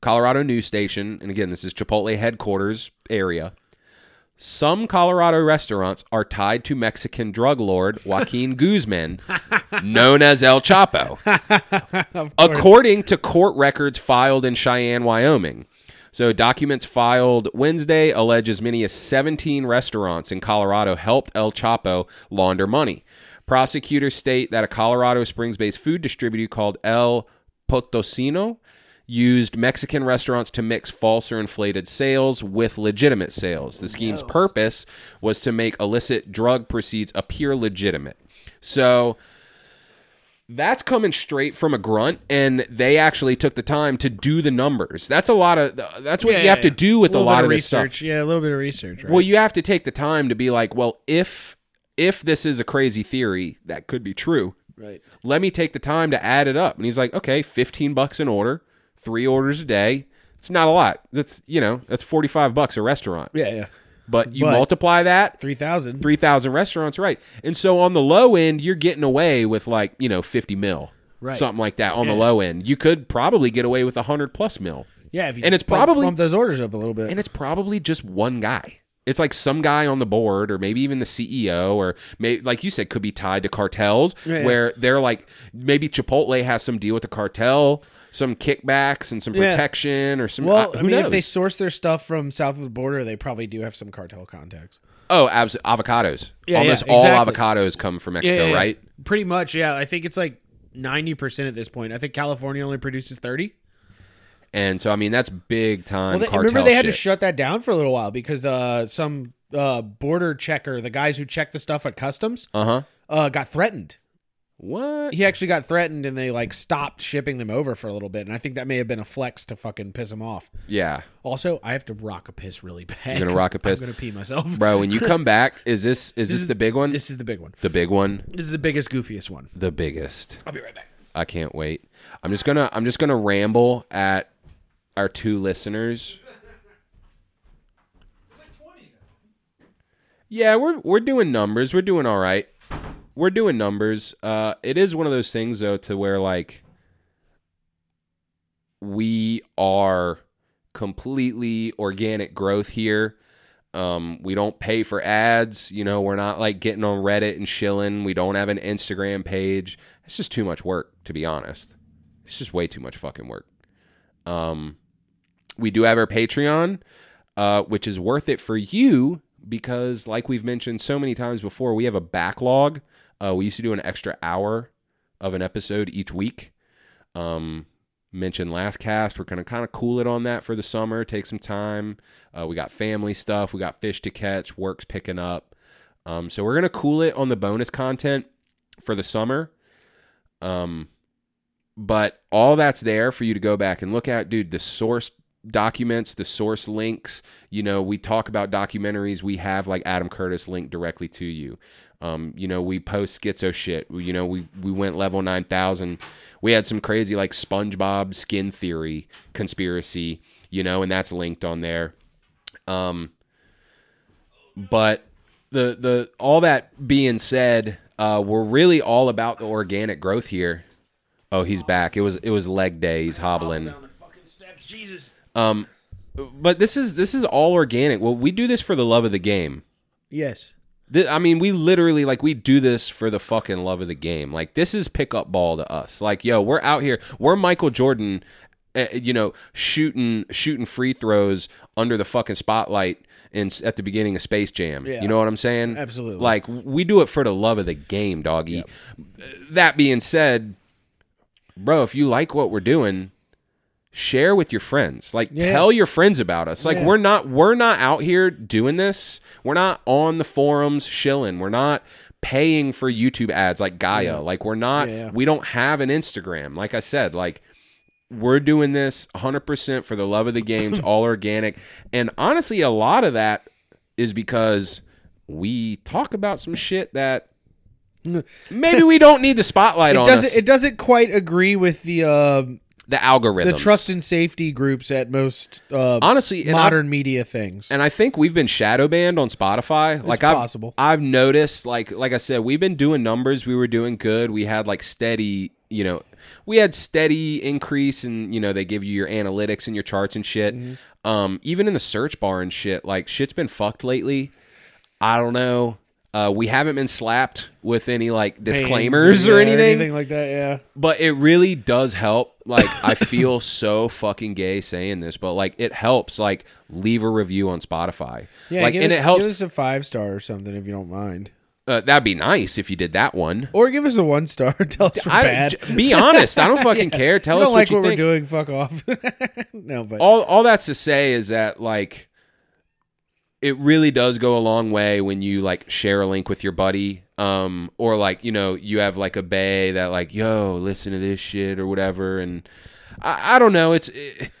Colorado news station, and again, this is Chipotle headquarters area. Some Colorado restaurants are tied to Mexican drug lord Joaquin Guzman, known as El Chapo, according to court records filed in Cheyenne, Wyoming. So, documents filed Wednesday allege as many as 17 restaurants in Colorado helped El Chapo launder money. Prosecutors state that a Colorado Springs based food distributor called El Potosino used Mexican restaurants to mix false or inflated sales with legitimate sales. The scheme's purpose was to make illicit drug proceeds appear legitimate. So that's coming straight from a grunt and they actually took the time to do the numbers. That's a lot of that's what Yeah, you yeah, have to yeah. do with a, Little bit lot of this research. stuff. Yeah, a little bit of research. Right? Well, you have to take the time to be like, well, if if this is a crazy theory that could be true, Right. let me take the time to add it up. And he's like, okay, 15 bucks an order, three orders a day. It's not a lot. That's, you know, that's 45 bucks a restaurant. Yeah, yeah. But you But- multiply that, three thousand. 3,000 restaurants, right. And so on the low end, you're getting away with like, you know, 50 mil. Right. Something like that on the low end. You could probably get away with 100 plus mil. Yeah, if you And it's bump- probably- bump those orders up a little bit. And it's probably just one guy. It's like some guy on the board, or maybe even the CEO, or may like you said, could be tied to cartels Yeah, yeah. where they're like, maybe Chipotle has some deal with the cartel, some kickbacks and some Yeah. protection, or some. well, uh, I who mean, knows? if they source their stuff from south of the border, they probably do have some cartel contacts. oh, abs- avocados. Yeah, Almost yeah, all exactly. avocados come from Mexico, right? Pretty much, yeah. I think it's like ninety percent at this point. I think California only produces thirty. And so, I mean, that's big time Well, they, cartel remember they had shit. to shut that down for a little while because uh, some uh, border checker, the guys who check the stuff at customs, uh huh. uh, got threatened. What? He actually got threatened, and they like stopped shipping them over for a little bit. And I think that may have been a flex to fucking piss him off. Yeah, Also, I have to rock a piss really bad. You're gonna 'cause rock a piss? I'm gonna pee myself, bro. When you come back, is this is this, is- the big one? [laughs] This is the big one. the big one. This is the biggest, goofiest one. The biggest. I'll be right back. I can't wait. I'm just gonna I'm just gonna ramble at our two listeners. Yeah, we're we're doing numbers. We're doing all right. We're doing numbers. Uh, it is one of those things though to where like we are completely organic growth here. Um, we don't pay for ads. You know, we're not like getting on Reddit and shilling. We don't have an Instagram page. It's just too much work, to be honest. It's just way too much fucking work. Um, we do have our Patreon, uh, which is worth it for you because, like we've mentioned so many times before, we have a backlog. Uh, we used to do an extra hour of an episode each week. Um, mentioned last cast. We're going to kind of cool it on that for the summer, take some time. Uh, we got family stuff, we got fish to catch, work's picking up. Um, so we're going to cool it on the bonus content for the summer. Um, but all that's there for you to go back and look at, dude. The source documents, the source links. You know, we talk about documentaries. We have like Adam Curtis linked directly to you. Um, you know, we post schizo shit. We- You know, we we went level nine thousand. We had some crazy like SpongeBob skin theory conspiracy. You know, and that's linked on there. Um, but the the all that being said, uh, we're really all about the organic growth here. Oh, he's back. It was it was leg day. He's hobbling. Um, but this is this is all organic. Well, we do this for the love of the game. Yes. Th- I mean, we literally like we do this for the fucking love of the game. Like this is pickup ball to us. Like yo, we're out here. We're Michael Jordan, uh, you know, shooting shooting free throws under the fucking spotlight in at the beginning of Space Jam. Yeah. You know what I'm saying? Absolutely. Like we do it for the love of the game, doggy. That being said, bro, if you like what we're doing, share with your friends. Like Yeah. tell your friends about us. Like Yeah. we're not we're not out here doing this. We're not on the forums shilling. We're not paying for YouTube ads like Gaia. Like we're not Yeah. we don't have an Instagram. Like I said, like we're doing this 100% for the love of the [laughs] games, all organic. And honestly, a lot of that is because we talk about some shit [laughs] that maybe we don't need the spotlight It on doesn't. us. It doesn't quite agree with the um the algorithm. the trust and safety groups at most uh, honestly and I've- modern media things. and I think we've been shadow banned on Spotify. like I've, possible. I've noticed, like like I said, we've been doing numbers. We were doing good. We had like steady, you know, we had steady increase, and you know they give you your analytics and your charts and shit. Mm-hmm. Um, even in the search bar and shit, like shit's been fucked lately. I don't know. Uh, we haven't been slapped with any like disclaimers Yeah, or anything like that. Yeah. but it really does help like i [laughs] feel so fucking gay saying this but like it helps like leave a review on spotify Yeah. like give and us, it helps Give us a five star or something if you don't mind. Uh, that'd be nice if you did that one. Or give us a one star. Tell us we're I don't- bad. j- be honest. I [laughs] don't fucking care. Tell you us don't what like you what, think. we're doing. Fuck off. [laughs] no, but all all that's to say is that like it really does go a long way when you like share a link with your buddy um or like you know you have like a bay that like yo listen to this shit or whatever and i, I don't know it's it-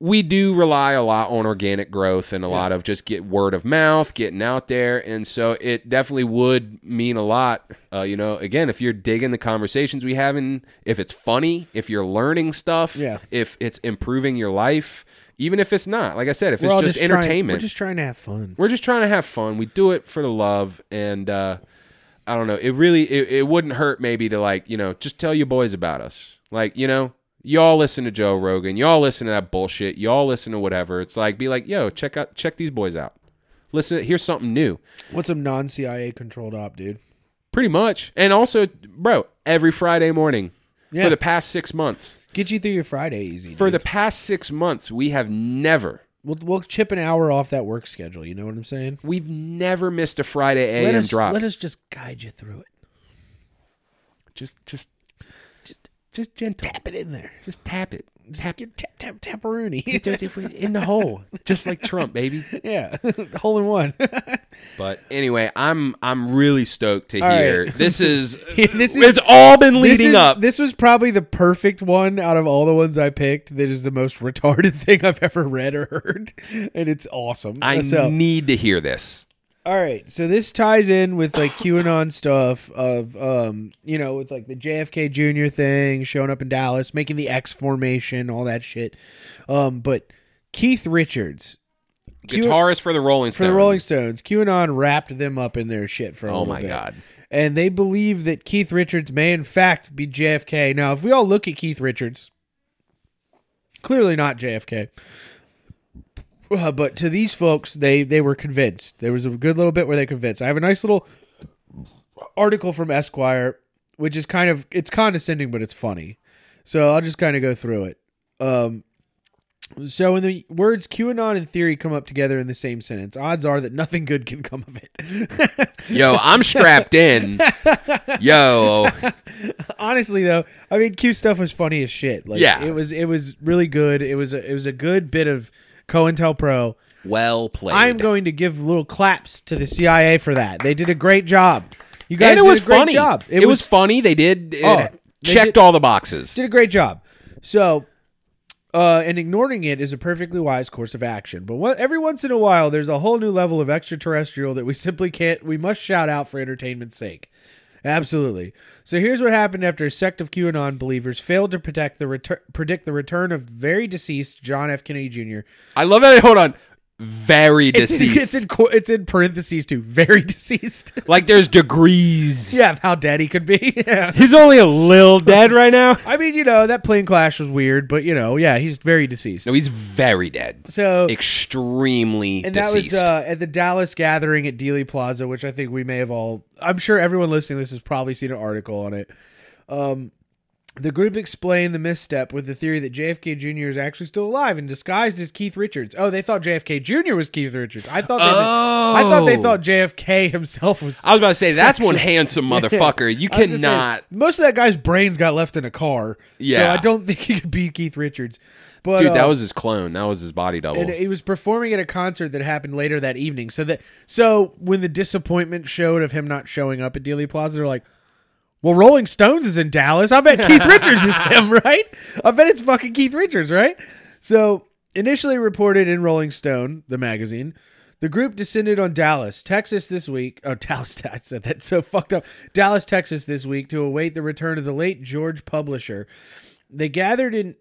we do rely a lot on organic growth and a lot of just get word of mouth getting out there and so it definitely would mean a lot uh, you know again if you're digging the conversations we have and if it's funny if you're learning stuff Yeah. if it's improving your life even if it's not like i said if we're it's all just, trying- entertainment we're just trying to have fun. trying to have fun we do it for the love and uh, i don't know it really it, it wouldn't hurt maybe to like you know just tell your boys about us like you know y'all listen to joe rogan y'all listen to that bullshit y'all listen to whatever it's like be like yo check out check these boys out listen here's something new What's some non CIA controlled op, dude? pretty much and also bro every friday morning Yeah. for the past six months Get you through your Friday easy. for dude. the past six months we have never we'll, we'll chip an hour off that work schedule. You know what I'm saying? We've never missed a Friday AM let us drop. let us just guide you through it. just, just, just, just gentle. Tap it in there. Just tap it. Tap tap tap taparoonie. Just if we- In the hole, just like Trump, baby. [laughs] yeah, [laughs] hole in one. But anyway, I'm I'm really stoked to right. hear [laughs] this is This is- it's all been This leading is- up. This was probably the perfect one out of all the ones I picked. That is the most [laughs] retarded thing I've ever read or heard, and it's awesome. I So- need to hear this. All right, so this ties in with like QAnon stuff of um, you know, with like the JFK Jr. thing, showing up in Dallas, making the X formation, all that shit. Um, but Keith Richards Q- Guitarist for the Rolling for Stones. the Rolling Stones, QAnon wrapped them up in their shit for a Oh little my bit. god. And they believe that Keith Richards may in fact be JFK. Now, if we all look at Keith Richards, clearly not JFK. Uh, but to these folks, they they were convinced. There was a good little bit where they convinced. I have a nice little article from Esquire, which is kind of it's condescending, but it's funny. So I'll just kind of go through it. Um, so, in the words QAnon and theory come up together in the same sentence, odds are that nothing good can come of it. Yo, I'm strapped [laughs] in. Yo, Honestly, though, I mean, Q stuff was funny as shit. Like, Yeah. it was it was really good. It was a, it was a good bit of COINTELPRO. well played. I'm going to give little claps to the CIA for that. They did a great job. You guys And it did was a great funny. job. It, was, funny. They did it Oh, they checked did- all the boxes. did a great job. So, uh, and ignoring it is a perfectly wise course of action. But what, every once in a while, there's a whole new level of extraterrestrial that we [laughs] simply can't, we must shout out for entertainment's sake. Absolutely. So here's what happened after a sect of QAnon believers failed to protect the retur- predict the return of very deceased John F. Kennedy Jr. I love that. Hold on. Very [laughs] It's, deceased. it's in qu- it's in parentheses too. Very [laughs] deceased. [laughs] Like there's degrees. yeah, of how dead he could be. [laughs] yeah. He's only a little dead right [laughs] now. I mean, you know that plane clash was weird, but you know, yeah, he's very deceased. No, he's very dead. So Extremely and deceased. that was uh, at the Dallas gathering at Dealey Plaza, which I think we may have all. I'm sure everyone listening to this has probably seen an article on it. Um, the group explained the misstep with the theory that JFK Jr. is actually still alive and disguised as Keith Richards. Oh, they thought JFK Jr. was Keith Richards. I thought they, I thought they Oh. thought JFK himself was. I was about to say that's [laughs] one handsome motherfucker. You I was gonna say, cannot. most of that guy's brains got left in a car. Yeah. so I don't [laughs] think he could be Keith Richards. But Dude, that uh, was his clone. That was his body double. and he was performing at a concert that happened later that evening. So that so when the disappointment showed of him not showing up at Dealey Plaza, they're like, "Well, Rolling Stones is in Dallas. I bet Keith Richards is him, right? I bet it's fucking Keith Richards, right?" So initially reported in Rolling Stone, the magazine. The group descended on Dallas, Texas this week. Oh, Dallas, [laughs] I said that so fucked up. Dallas, Texas this week to await the return of the late George Publisher. They gathered in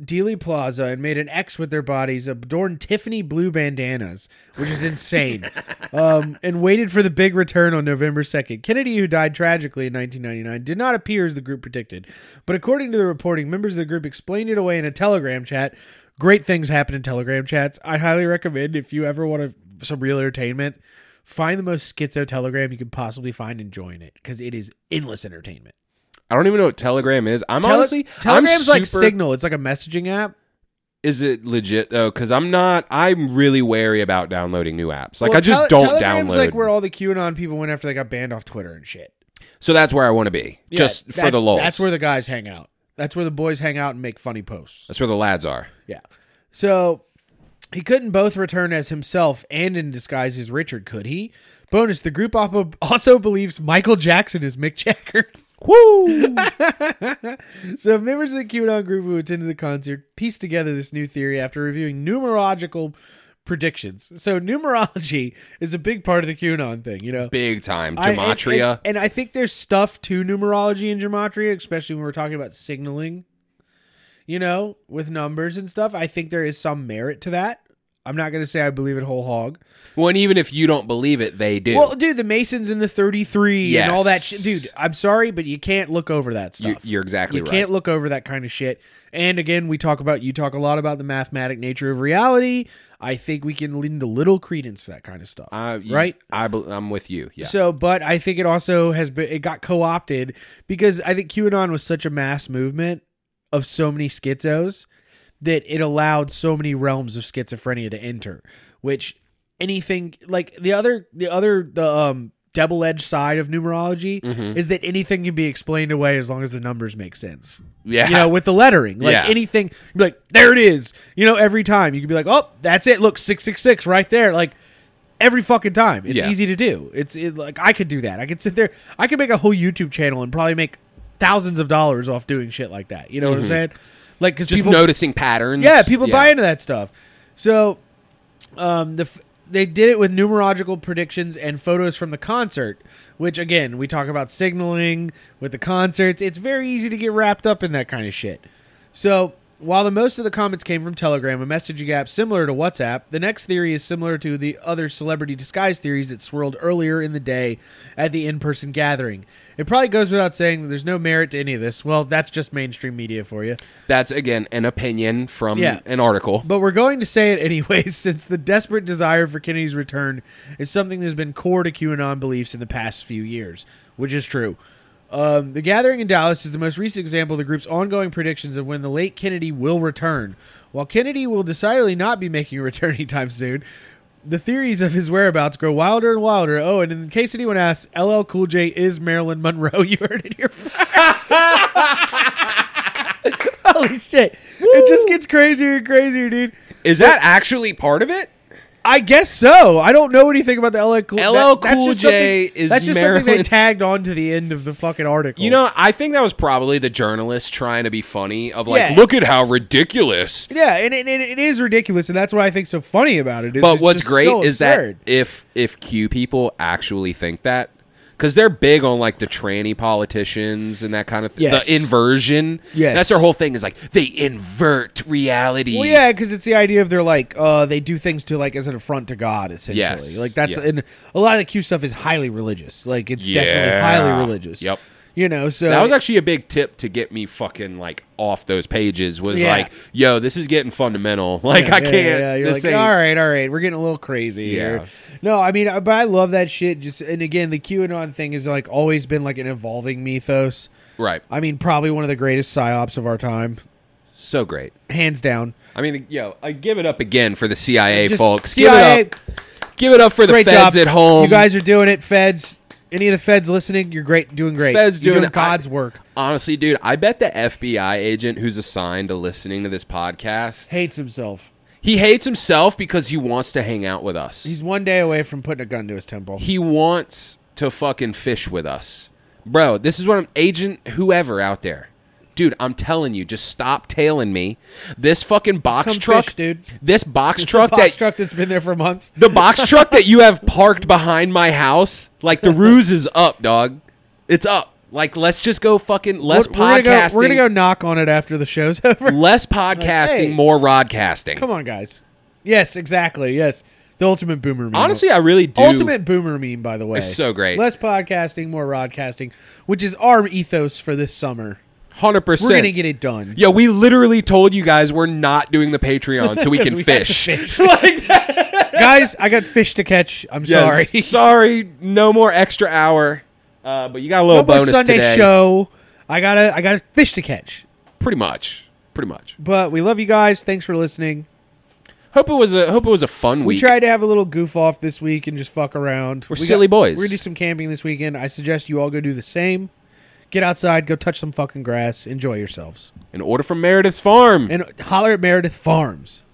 Dealey Plaza and made an X with their bodies, adorned Tiffany blue bandanas, which [laughs] is insane, um, and waited for the big return on November 2nd. Kennedy, who died tragically in 1999, did not appear as the group predicted. But according to the reporting, members of the group explained it away in a Telegram chat. Great things happen in Telegram chats. I highly recommend if you ever want to, some real entertainment, find the most schizo Telegram you can possibly find and join it because it is endless entertainment. I don't even know what Telegram is. I'm Tele- honestly I'm Telegram's like super- Signal. It's like a messaging app. is it legit though? Because I'm not. I'm really wary about downloading new apps. Like Well, I just Tele- don't Telegram's download. Like where all the QAnon people went after they got banned off Twitter and shit. so that's where I want to be, Yeah, just for that- the lulz. That's where the guys hang out. That's where the boys hang out and make funny posts. that's where the lads are. Yeah. So he couldn't both return as himself and in disguise as Richard, could he? Bonus: The group op- also believes Michael Jackson is [laughs] Mick Jagger. Woo! [laughs] so if members of the QAnon group who attended the concert pieced together this new theory after reviewing numerological predictions. So numerology is a big part of the QAnon thing, you know. Big time I- and- gematria. and, and I think there's stuff to numerology and gematria, especially when we're talking about signaling. You know, with numbers and stuff, I think there is some merit to that. I'm not going to say I believe it whole hog. well, and even if you don't believe it, they do. Well, dude, the Masons and the 33 and all that shit. Yes. Dude, I'm sorry, but you can't look over that you, stuff. you're exactly You right. can't look over that kind of shit. And again, we talk about you talk a lot about the mathematic nature of reality. I think we can lend a little credence to that kind of stuff, Uh, you- right? I, bel I'm with you. Yeah. So, but I think it also has been it got co opted because I think QAnon was such a mass movement of so many schizos that it allowed so many realms of schizophrenia to enter. Which anything like the other the other the um double edged side of numerology is that anything can be explained away as long as the numbers make sense. yeah. You know, with the lettering, like Yeah. anything, you're like there it is. You know, every time you could be like, oh, that's it. Look, six six six right there. Like every fucking time, it's Yeah. easy to do. It's it, like I could do that. I could sit there. I could make a whole YouTube channel and probably make thousands of dollars off doing shit like that. You know what I'm saying? Like because Mm-hmm. just people, noticing patterns. yeah, people buy into that stuff. So, um, the f- they did it with numerological predictions and photos from the concert, which again we talk about signaling with the concerts. It's very easy to get wrapped up in that kind of shit. So. While the most of the comments came from Telegram, a messaging app similar to WhatsApp, the next theory is similar to the other celebrity disguise theories that swirled earlier in the day at the in-person gathering. It probably goes without saying that there's no merit to any of this. Well, that's just mainstream media for you. That's again an opinion from Yeah. an article. But we're going to say it anyways, [laughs] since the desperate desire for Kennedy's return is something that's been core to QAnon beliefs in the past few years, which is true. Um, the gathering in Dallas is the most recent example of the group's ongoing predictions of when the late Kennedy will return. While Kennedy will decidedly not be making a return [laughs] anytime soon, the theories of his whereabouts grow wilder and wilder. Oh, and in case anyone asks, LL Cool J is Marilyn Monroe. [laughs] You heard it here first. Holy shit. It just gets crazier and crazier, dude. Is that actually part of it? I guess so. I don't know anything about the LL Cool LL that's Cool just J something- is That's just something they Marilyn- tagged on to the end of the fucking article. You know, I think that was probably the journalist trying to be funny of like, Yeah. look at how ridiculous. Yeah, and it, it, it is ridiculous, and that's what I think so funny about it. is But it's what's just great so is that absurd. if if Q people actually think that because they're big on like the tranny politicians and that kind of thing, Yes. the inversion. Yes. that's their whole thing is like they invert reality. Well, yeah, because it's the idea of they're like uh, they do things to like as an affront to God, essentially. Yes, Like that's yeah. and a lot of the Q stuff is highly religious. Like it's definitely Yeah. highly religious. Yep. You know, so That was actually a big tip to get me fucking like off those pages. Was Yeah. like, yo, this is getting fundamental. [laughs] Like, I Yeah, can't. Yeah, you're this like, ain't- all right, all right, we're getting a little crazy Yeah. here. No, I mean, I- but I love that shit. Just and again, the QAnon thing has like always been like an evolving mythos. right. I mean, probably one of the greatest psyops of our time, So great. hands down. I mean, yo, I give it up again for the CIA Just folks. CIA, Give it up. Give it up for the great feds job. at home. You guys are doing it, feds. Any of the feds listening, you're great, doing great. Feds You're doing it. God's I- work. Honestly, dude, I bet the FBI agent who's assigned to listening to this podcast, Hates himself. he hates himself because he wants to hang out with us. He's one day away from putting a gun to his temple. he wants to fucking fish with us. Bro, this is what I'm agent whoever out there. Dude, I'm telling you, just stop tailing me. This fucking box come truck, fish, dude. This [laughs] box truck Box that truck that's been there for months. the box truck that you have parked behind my house, like the ruse is up, dog. It's up. Like let's just go fucking less We're, we're gonna podcasting. go, we're gonna go knock on it after the show's [laughs] over. less podcasting, Hey. more rodcasting. Come on, guys. Yes, exactly. Yes, the ultimate boomer meme. Honestly, I really do. ultimate boomer meme. By the way, It's so great. Less podcasting, more rodcasting, which is our ethos for this summer. hundred We're percent. gonna get it done. [laughs] Yo, we literally told you guys we're not doing the Patreon [laughs] so we can We have to fish. Like that. guys, I got fish to catch. I'm sorry. [laughs] Yes. [laughs] sorry. No more extra hour. Uh, but you got a little No more bonus Sunday today. show. I gotta, I got to fish to catch. Pretty much. pretty much. But we love you guys. Thanks for listening. Hope it was a hope it was a fun We week. tried to have a little goof off this week and just fuck around. We're silly boys. We're gonna do some camping this weekend. I suggest you all go do the same. Get outside, go touch some fucking grass, enjoy yourselves, An order from Meredith's Farm. and holler at Meredith Farms.